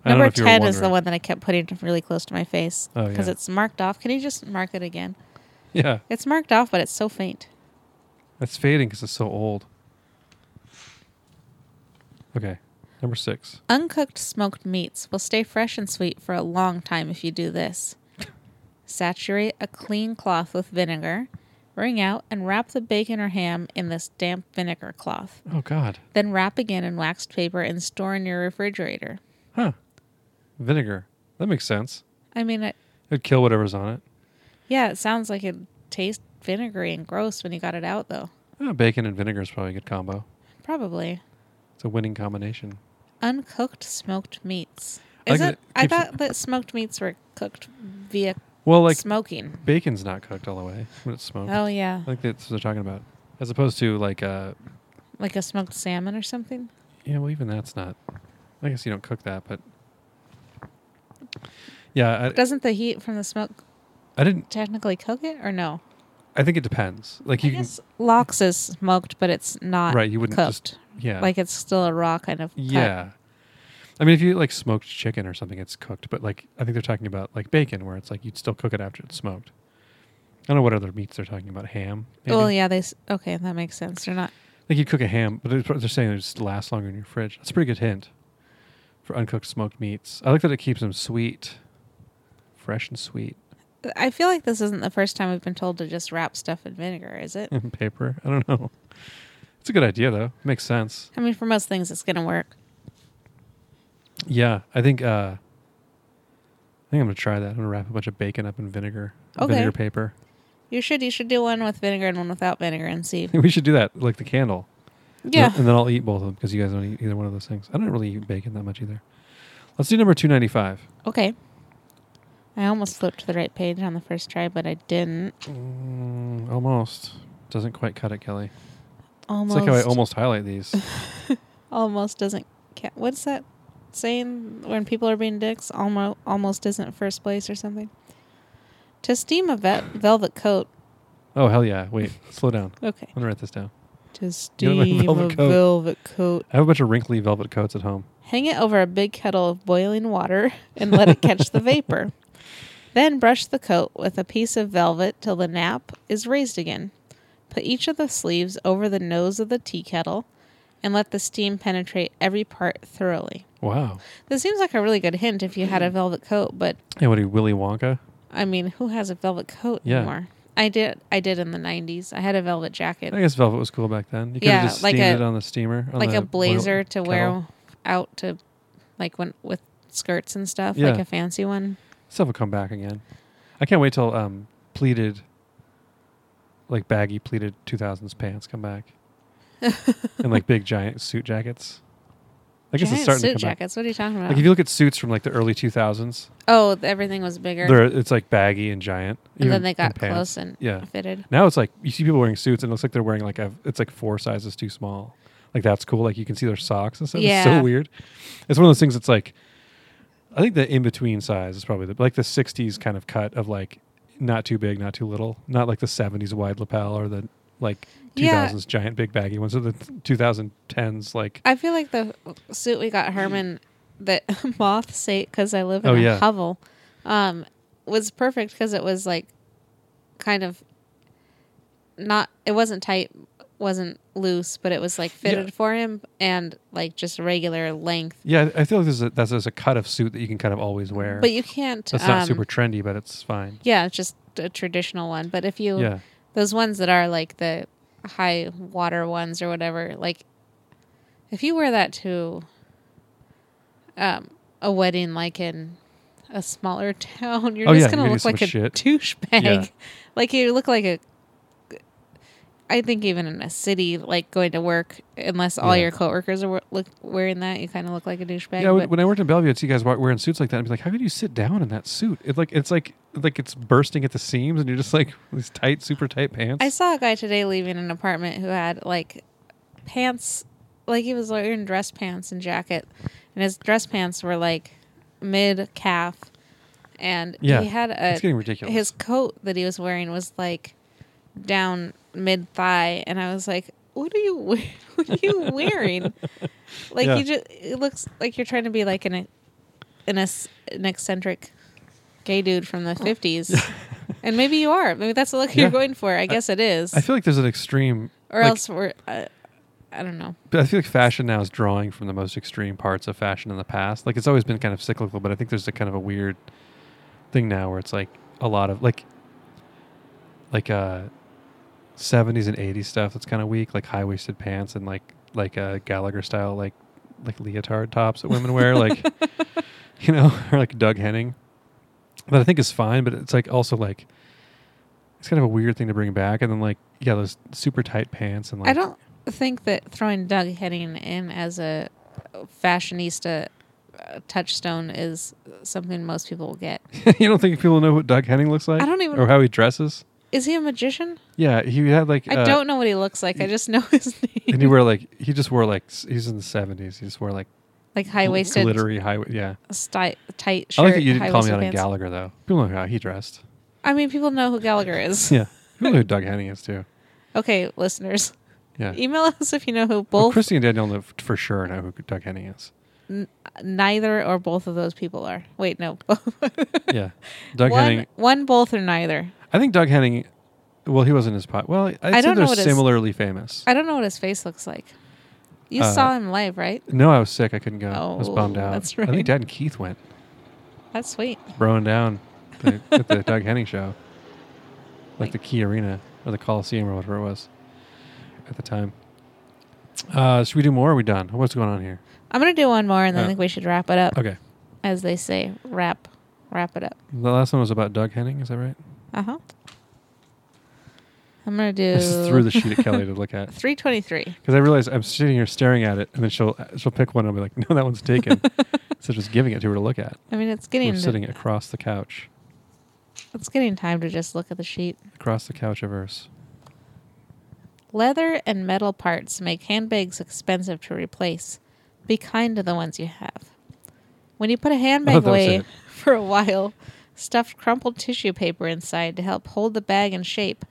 I don't know Number if you were 10 is the wondering. one that I kept putting really close to my face Oh, because yeah. it's marked off. Can you just mark it again? Yeah. It's marked off, but it's so faint. That's fading because it's so old. Okay, number six. Uncooked smoked meats will stay fresh and sweet for a long time if you do this. Saturate a clean cloth with vinegar, wring out, and wrap the bacon or ham in this damp vinegar cloth. Oh God, Then wrap again in waxed paper and store in your refrigerator. huh? Vinegar. That makes sense. I mean, it, It'd kill whatever's on it. yeah, it sounds like it tastes vinegary and gross when you got it out, though. Ah, bacon and vinegar is probably a good combo. Probably. It's a winning combination. uncooked smoked meats. I like Is that it? it I keeps it- thought that smoked meats were cooked via Well, like smoking. bacon's not cooked all the way when it's smoked. Oh yeah, I think that's what they're talking about, as opposed to like, uh, like a smoked salmon or something. yeah, well, even that's not. I guess you don't cook that, but yeah, I, Doesn't the heat from the smoke I didn't. technically cook it, or no? I think it depends. Like I you can, guess lox is smoked, but it's not right? You wouldn't cooked. just yeah. Like it's still a raw kind of. cut. Yeah. I mean, if you like smoked chicken or something, it's cooked. But like, I think they're talking about like bacon, where it's like you'd still cook it after it's smoked. I don't know what other meats they're talking about. Ham. maybe? Well, yeah. They s- okay. That makes sense. They're not. Like you cook a ham, but it's- they're saying it just lasts longer in your fridge. That's a pretty good hint for uncooked smoked meats. I like that it keeps them sweet, fresh and sweet. I feel like this isn't the first time we've been told to just wrap stuff in vinegar, is it? In paper. I don't know. It's a good idea though. Makes sense. I mean, for most things, it's gonna work. Yeah, I think. uh I think I'm gonna try that. I'm gonna wrap a bunch of bacon up in vinegar, Okay. vinegar paper. You should. You should do one with vinegar and one without vinegar and see. we should do that, like the candle. Yeah. And then I'll eat both of them because you guys don't eat either one of those things. I don't really eat bacon that much either. Let's do number 295. Okay. I almost flipped to the right page on the first try, but I didn't. Mm, almost. Doesn't quite cut it, Kelly. Almost. It's like how I almost highlight these. almost doesn't. Ca- what's that saying when people are being dicks? Almost, almost isn't first place or something. To steam a vet, velvet coat. oh, hell yeah. Wait, slow down. Okay. I'm going to write this down. To know my steam velvet a coat. velvet coat. I have a bunch of wrinkly velvet coats at home. Hang it over a big kettle of boiling water and let it catch the vapor. Then brush the coat with a piece of velvet till the nap is raised again. Put each of the sleeves over the nose of the tea kettle and let the steam penetrate every part thoroughly. Wow. Mm. This seems like a really good hint if you had a velvet coat, but Hey, what are you, Willy Wonka? I mean, who has a velvet coat Yeah. anymore? I did. I did in the '90s. I had a velvet jacket, I guess velvet was cool back then. You could Yeah, have just like steamed a- it on the steamer, on like the a boil- blazer to kettle. wear out to, like when with skirts and stuff, like Yeah. a fancy one. Stuff will come back again. I can't wait till um, pleated, like baggy pleated 2000s pants come back, and like big giant suit jackets. I guess Giant it's starting suit to come back. jackets. What are you talking about? Like if you look at suits from like the early 2000s, oh, th- everything was bigger, they're it's like baggy and giant. and even then they in got pants. close and Yeah. fitted. Now it's like you see people wearing suits and it looks like they're wearing like a it's like four sizes too small. Like that's cool. Like you can see their socks and stuff. It's Yeah. so weird. It's one of those things that's like I think the in between size is probably the like the sixties kind of cut of like not too big, not too little. Not like the seventies wide lapel or the like two Yeah. thousands giant big baggy ones or the two thousand tens like I feel like the suit we got Herman that moth sate because I live in Oh, a yeah. hovel um, was perfect because it was like kind of not it wasn't tight wasn't loose but it was like fitted Yeah. for him and like just regular length Yeah, I feel like this is a, that's just a cut of suit that you can kind of always wear. but you can't that's um, not super trendy, but it's fine. yeah it's just a traditional one but if you Yeah. those ones that are like the high water ones or whatever like if you wear that to um, a wedding like in a smaller town you're Oh, just yeah, gonna you're gonna look get like a so much douchebag Yeah. like you look like a i think even in a city like going to work unless all Yeah. your coworkers are we- look, wearing that you kind of look like a douchebag Yeah, when, but- when I worked in Bellevue, I'd see guys wa- wearing suits like that, and be like, "How could you sit down in that suit? It like it's like like it's bursting at the seams, and you're just like these tight, super tight pants." I saw a guy today leaving an apartment who had like pants, like he was wearing dress pants and jacket, and his dress pants were like mid calf, and yeah, he had it's getting a ridiculous. uh, his coat that he was wearing was like down mid thigh, and I was like, "What are you we- what are you wearing? like Yeah. you just it looks like you're trying to be like an e-, an ex- an eccentric." Gay dude from the fifties, and maybe you are. Maybe that's the look Oh. Yeah. you're going for. I guess it is I feel like there's an extreme, or like, else we're uh, i don't know but I feel like fashion now is drawing from the most extreme parts of fashion in the past. Like it's always been kind of cyclical, but I think there's a kind of a weird thing now where it's like a lot of like like uh 70s and 80s stuff that's kind of weak, like high waisted pants and like like uh, Gallagher style like like leotard tops that women wear, like you know, or like Doug Henning. That I think is fine, but it's like also like it's kind of a weird thing to bring back, and then like yeah, those super tight pants and like i don't think that throwing doug heading in as a fashionista uh, touchstone is something most people will get you don't think people know what Doug Henning looks like? I don't even- Or how he dresses? is he a magician Yeah, he had like. i uh, don't know what he looks like i just know his And he name wore like he just wore like s- he's in the seventies. He just wore like like high-waisted glittery high. Yeah, sti- tight shirt I like that you didn't call me out high-waisted on pants. Gallagher though. People know how he dressed. i mean people know who gallagher is Yeah, people know who Doug Henning is too. okay listeners Yeah, email us if you know who well, both Christy and Daniel know f- for sure know who Doug Henning is. neither or both of those people are wait no Yeah, Doug one, Henning. one both or neither I think Doug Henning. Well, he wasn't his pot. Well, I'd I say don't know they're what his- similarly famous. I don't know what his face looks like. You Uh, saw him live, right? no, I was sick. I couldn't go. I was Oh, bummed out. that's I think right. Dad and Keith went. That's sweet. throwing down the, at the Doug Henning show, like the Key Arena or the Coliseum or whatever it was at the time. Uh, should we do more? Or are we done? What's going on here? I'm gonna do one more, and then Oh. I think we should wrap it up, Okay, as they say, wrap, wrap it up. the last one was about Doug Henning. Is that right? Uh huh. I'm gonna do I just threw the sheet at Kelly to look at 323. because I realized I'm sitting here staring at it, and then she'll she'll pick one and I'll be like, "No, that one's taken." so just giving it to her to look at. I mean, it's We're getting sitting across the couch, it's getting time to just look at the sheet. across the couch averse. Leather and metal parts make handbags expensive to replace. Be kind to the ones you have. When you put a Oh, handbag that was away it. for a while, stuff crumpled tissue paper inside to help hold the bag in shape.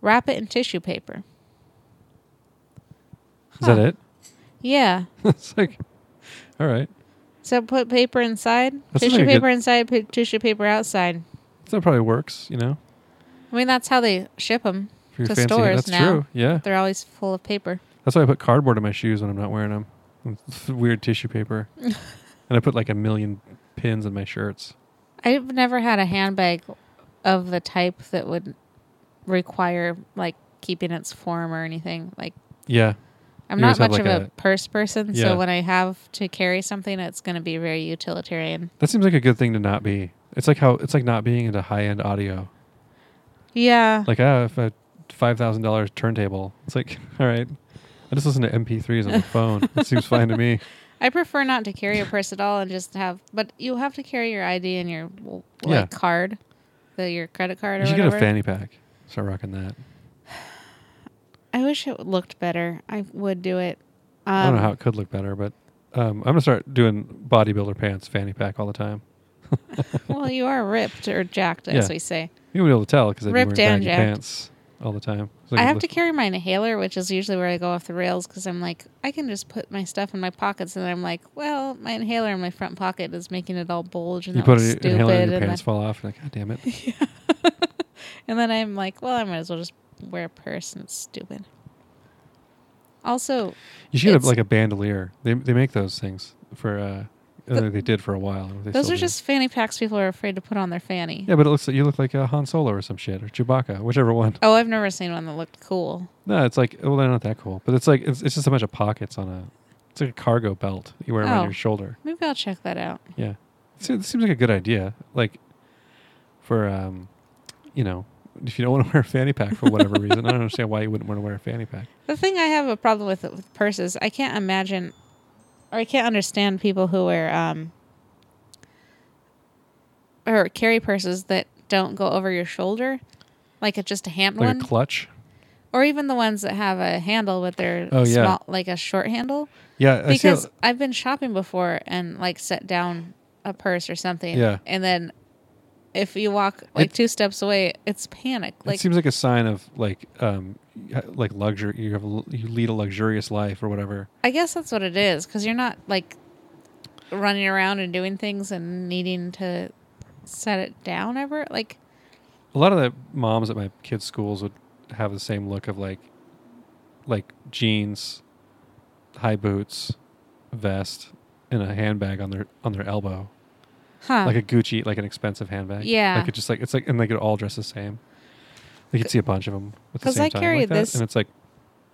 Wrap it in tissue paper. Is Huh. that it? Yeah. it's like, all right. So put paper inside, That seems tissue like a good- paper inside, put tissue paper outside. That probably works. You know, I mean, that's how they ship them. for your To fancy. stores That's now. true. Yeah. They're always full of paper. That's why I put cardboard in my shoes when I'm not wearing them. Weird tissue paper. and I put like a million pins in my shirts. I've never had a handbag of the type that would require like keeping its form or anything. Like Yeah. I'm You not always have, much of like, a, a- purse person, Yeah. so when I have to carry something, it's going to be very utilitarian. That seems like a good thing to not be. It's like how it's like not being into high end audio. Yeah. Like ah, if a five thousand dollars turntable, it's like all right. I just listen to MP3s on the phone. It seems fine to me. I prefer not to carry a purse at all and just have, but you have to carry your ID and your w- like Yeah. card, the your credit card or You should get whatever. a fanny pack. Start rocking that. I wish it looked better. I would do it. Um, I don't know how it could look better, but um, I'm gonna start doing bodybuilder pants fanny pack all the time. well, you are ripped or jacked, as Yeah. we say. You won't be able to tell because I've been Ripped wearing and baggy jacked. pants all the time. So I can have look- to carry my inhaler, which is usually where I go off the rails because I'm like, I can just put my stuff in my pockets, and I'm like, well, my inhaler in my front pocket is making it all bulge and You that put looks an stupid. inhaler and your and, pants then, fall off. You're like, God damn it! and then I'm like, well, I might as well just wear a purse and it's stupid. Also, You should have It's- like a bandolier. They they make those things for. uh Th- they did for a while. They those still are do. just fanny packs people are afraid to put on their fanny. Yeah, but it looks like you look like a Han Solo or some shit or Chewbacca, whichever one. Oh, I've never seen one that looked cool. No, it's like well, they're not that cool, but it's like it's, it's just a bunch of pockets on a. It's like a cargo belt that you wear around Oh. your shoulder. Maybe I'll check that out. Yeah, Se- it seems like a good idea. Like for um, you know, if you don't want to wear a fanny pack for whatever reason, I don't understand why you wouldn't want to wear a fanny pack. The thing I have a problem with with purses, I can't imagine, or I can't understand people who wear um, or carry purses that don't go over your shoulder, like a, just a hand Like one, a clutch. or even the ones that have a handle but they're Oh, yeah. small, like a short handle. Yeah, I see how- Because I've been shopping before and like set down a purse or something, Yeah. and then if you walk like It- two steps away, it's panic. it Like seems like a sign of like um, y- like luxury. You have a l- you lead a luxurious life or whatever. I guess that's what it is because you're not like running around and doing things and needing to set it down ever. Like, a lot of the moms at my kids' schools would have the same look of like like jeans, high boots, vest, and a handbag on their on their elbow. huh? Like a Gucci, like an expensive handbag. Yeah. Like it just like it's like and they could all dress the same. Like you'd see a bunch of them at the 'Cause same I time carry like that, this and it's like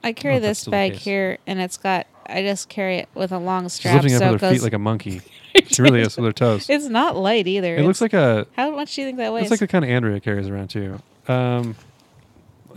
I know carry if that's this still the bag case. here, and it's got. I just carry it with a long she's strap, lifting up so it with her goes. feet like a monkey. she really is with her toes. it's not light either. It looks like a How much do you think that weighs? it's like the kind of Andrea carries around too. Um,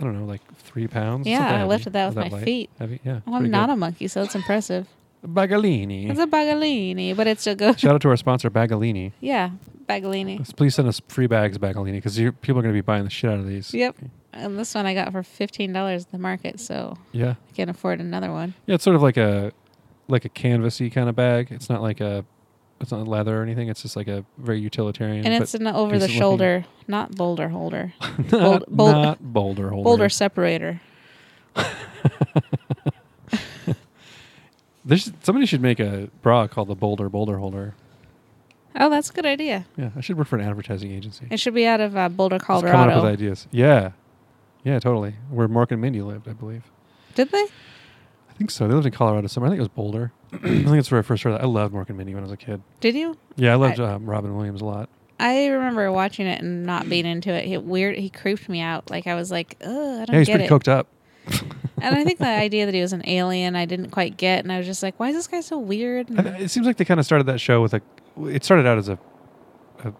I don't know, like three pounds. It's not Yeah, I heavy. lifted that Is with my light? feet. Heavy? Yeah. well, I'm not a monkey, so it's impressive. a Bagolini. It's a bagolini, but it still goes. Shout out to our sponsor, Bagolini. Yeah, bagolini. Please send us free bags, Bagolini, because people are going to be buying the shit out of these. Yep. And this one I got for fifteen dollars at the market, so Yeah. I can't afford another one. Yeah, it's sort of like a like a canvasy kind of bag. It's not like a it's not leather or anything. It's just like a very utilitarian. And but it's an over decent the looking- shoulder, not boulder holder, not, bold- bold- not boulder holder. boulder separator. There's, somebody should make a bra called the Boulder Boulder Holder. Oh, that's a good idea. Yeah, I should work for an advertising agency. It should be out of uh, Boulder, Just coming up with Colorado. ideas. Yeah. Yeah, totally. Where Mark and Mindy lived, I believe. Did they? I think so. They lived in Colorado somewhere. I think it was Boulder. I think that's where I first heard that. I loved Mork and Mindy when I was a kid. Did you? Yeah, I loved um, Robin Williams a lot. I remember watching it and not being into it. He weird. He creeped me out. Like I was like, oh, I don't Yeah, he's get pretty it. coked up. and I think the idea that he was an alien, I didn't quite get. And I was just like, why is this guy so weird? I th- It seems like they kind of started that show with a. It started out as a, a,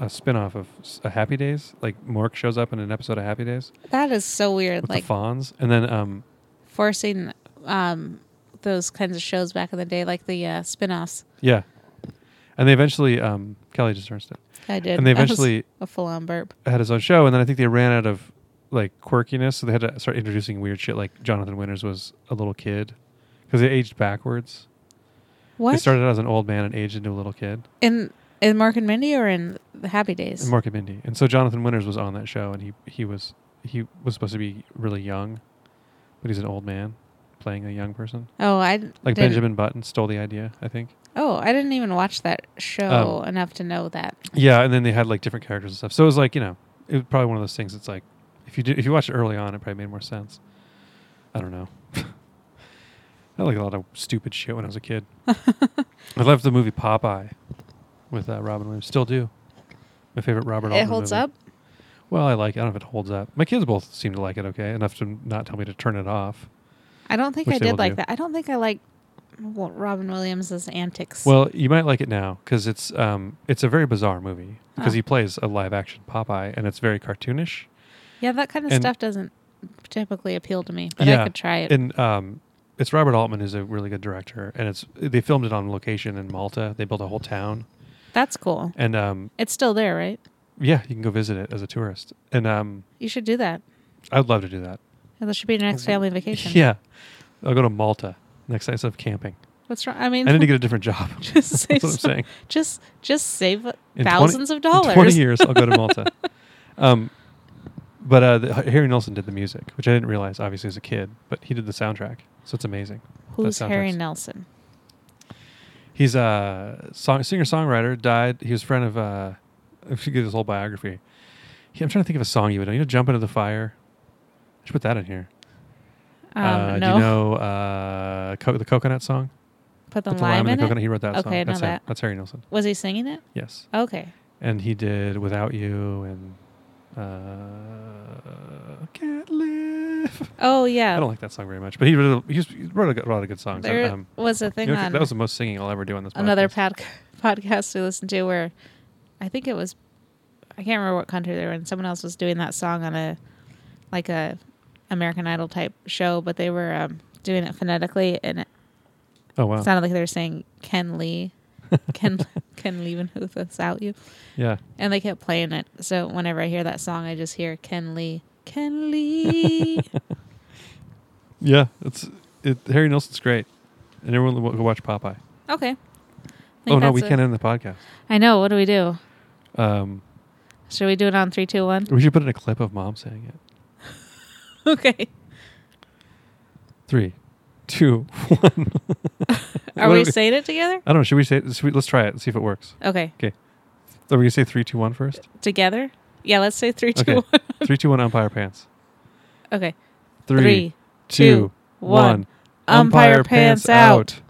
a spin-off of s- a Happy Days. Like Mork shows up in an episode of Happy Days that is so weird. with Like the Fonz, and then um, forcing um, those kinds of shows back in the day, like the uh, spin-offs. yeah, and they eventually um, Kelly just turns it. I did. And they I was eventually- a full-on burp. had his own show, and then I think they ran out of like quirkiness, so they had to start introducing weird shit. Like Jonathan Winters was a little kid because they aged backwards. They What? started out as an old man and aged into a little kid. In in Mark and Mindy or in the Happy Days? And Mark and Mindy. And so Jonathan Winters was on that show, and he he was he was supposed to be really young, but he's an old man playing a young person. oh, I d- Like didn't- Benjamin Button stole the idea, I think. Oh, I didn't even watch that Oh. show enough to know that. Yeah, and then they had like different characters and stuff. So it was like you know, it was probably one of those things. that's like if you did, if you watched it early on, it probably made more sense. I don't know. I like a lot of stupid shit when I was a kid. I loved the movie Popeye with uh, Robin Williams. Still do. My favorite Robert. it Altman holds movie. up. Well, I like. it. I don't know if it holds up. My kids both seem to like it okay enough to not tell me to turn it off. I don't think Which I they will did like do. that. I don't think I like well, Robin Williams' antics. Well, you might like it now because it's um it's a very bizarre movie because Oh. he plays a live action Popeye and it's very cartoonish. yeah, that kind of and- stuff doesn't typically appeal to me, but I could try it. And um, it's Robert Altman who's a really good director, and it's they filmed it on location in Malta. They built a whole town, That's cool. and um, It's still there, right? yeah, you can go visit it as a tourist. And um, You should do that. I'd love to do that. That should be your next family vacation. Yeah, I'll go to Malta next time instead of camping. What's wrong? I mean, I need to get a different job. just That's save what I'm some- saying. Just just save In 20 thousands of dollars. In Twenty years, I'll go to Malta. um, but uh, the, Harry Nelson did the music, which I didn't realize obviously as a kid, but he did the soundtrack, so it's amazing. that Who's Harry soundtrack's- Nelson? He's a song, singer songwriter. Died. He was a friend of. Uh, if you get his whole biography, he, I'm trying to think of a song you would know. You know, "Jump Into the Fire." I should put that in here. Um, uh, no, Do you know uh, co- the coconut song? put the Put lime, the in it. coconut. He wrote that Okay, song. I know That's him. that. Oh. That's Harry Nilsson. Was he singing it? Yes, Okay. and he did "Without You" and uh, "Can't Live." Oh I yeah. don't like that song very much, but he wrote a, he's- he wrote a, good- a lot of good songs. There Um, was a thing you know, on that was the most singing I'll ever do on this. another podcast. pod- podcast we listened to where I think it was I can't remember what country they were in. Someone else was doing that song on a like a American Idol type show, but they were um, doing it phonetically and it Oh wow! sounded like they were saying Ken Lee, Ken Ken Leavenhuth without you, yeah. and they kept playing it. So whenever I hear that song, I just hear Ken Lee, Ken Lee. Yeah, it's it, Harry Nilsson's great, and everyone will go watch Popeye. okay. I think Oh no, that's we it. can't end the podcast. I know. What do we do? Um, Should we do it on three, two, one? we should put in a clip of mom saying it. Okay. Three, two, one. Are What we do we- saying it together? I don't know. Should we say? Should we, let's try it and see if it works. Okay. Are we gonna say three, two, one first? together? Yeah, let's say three, two, Okay. one. three, two, one. Umpire pants. Okay. Three, Three, two, two, one. Umpire pants out.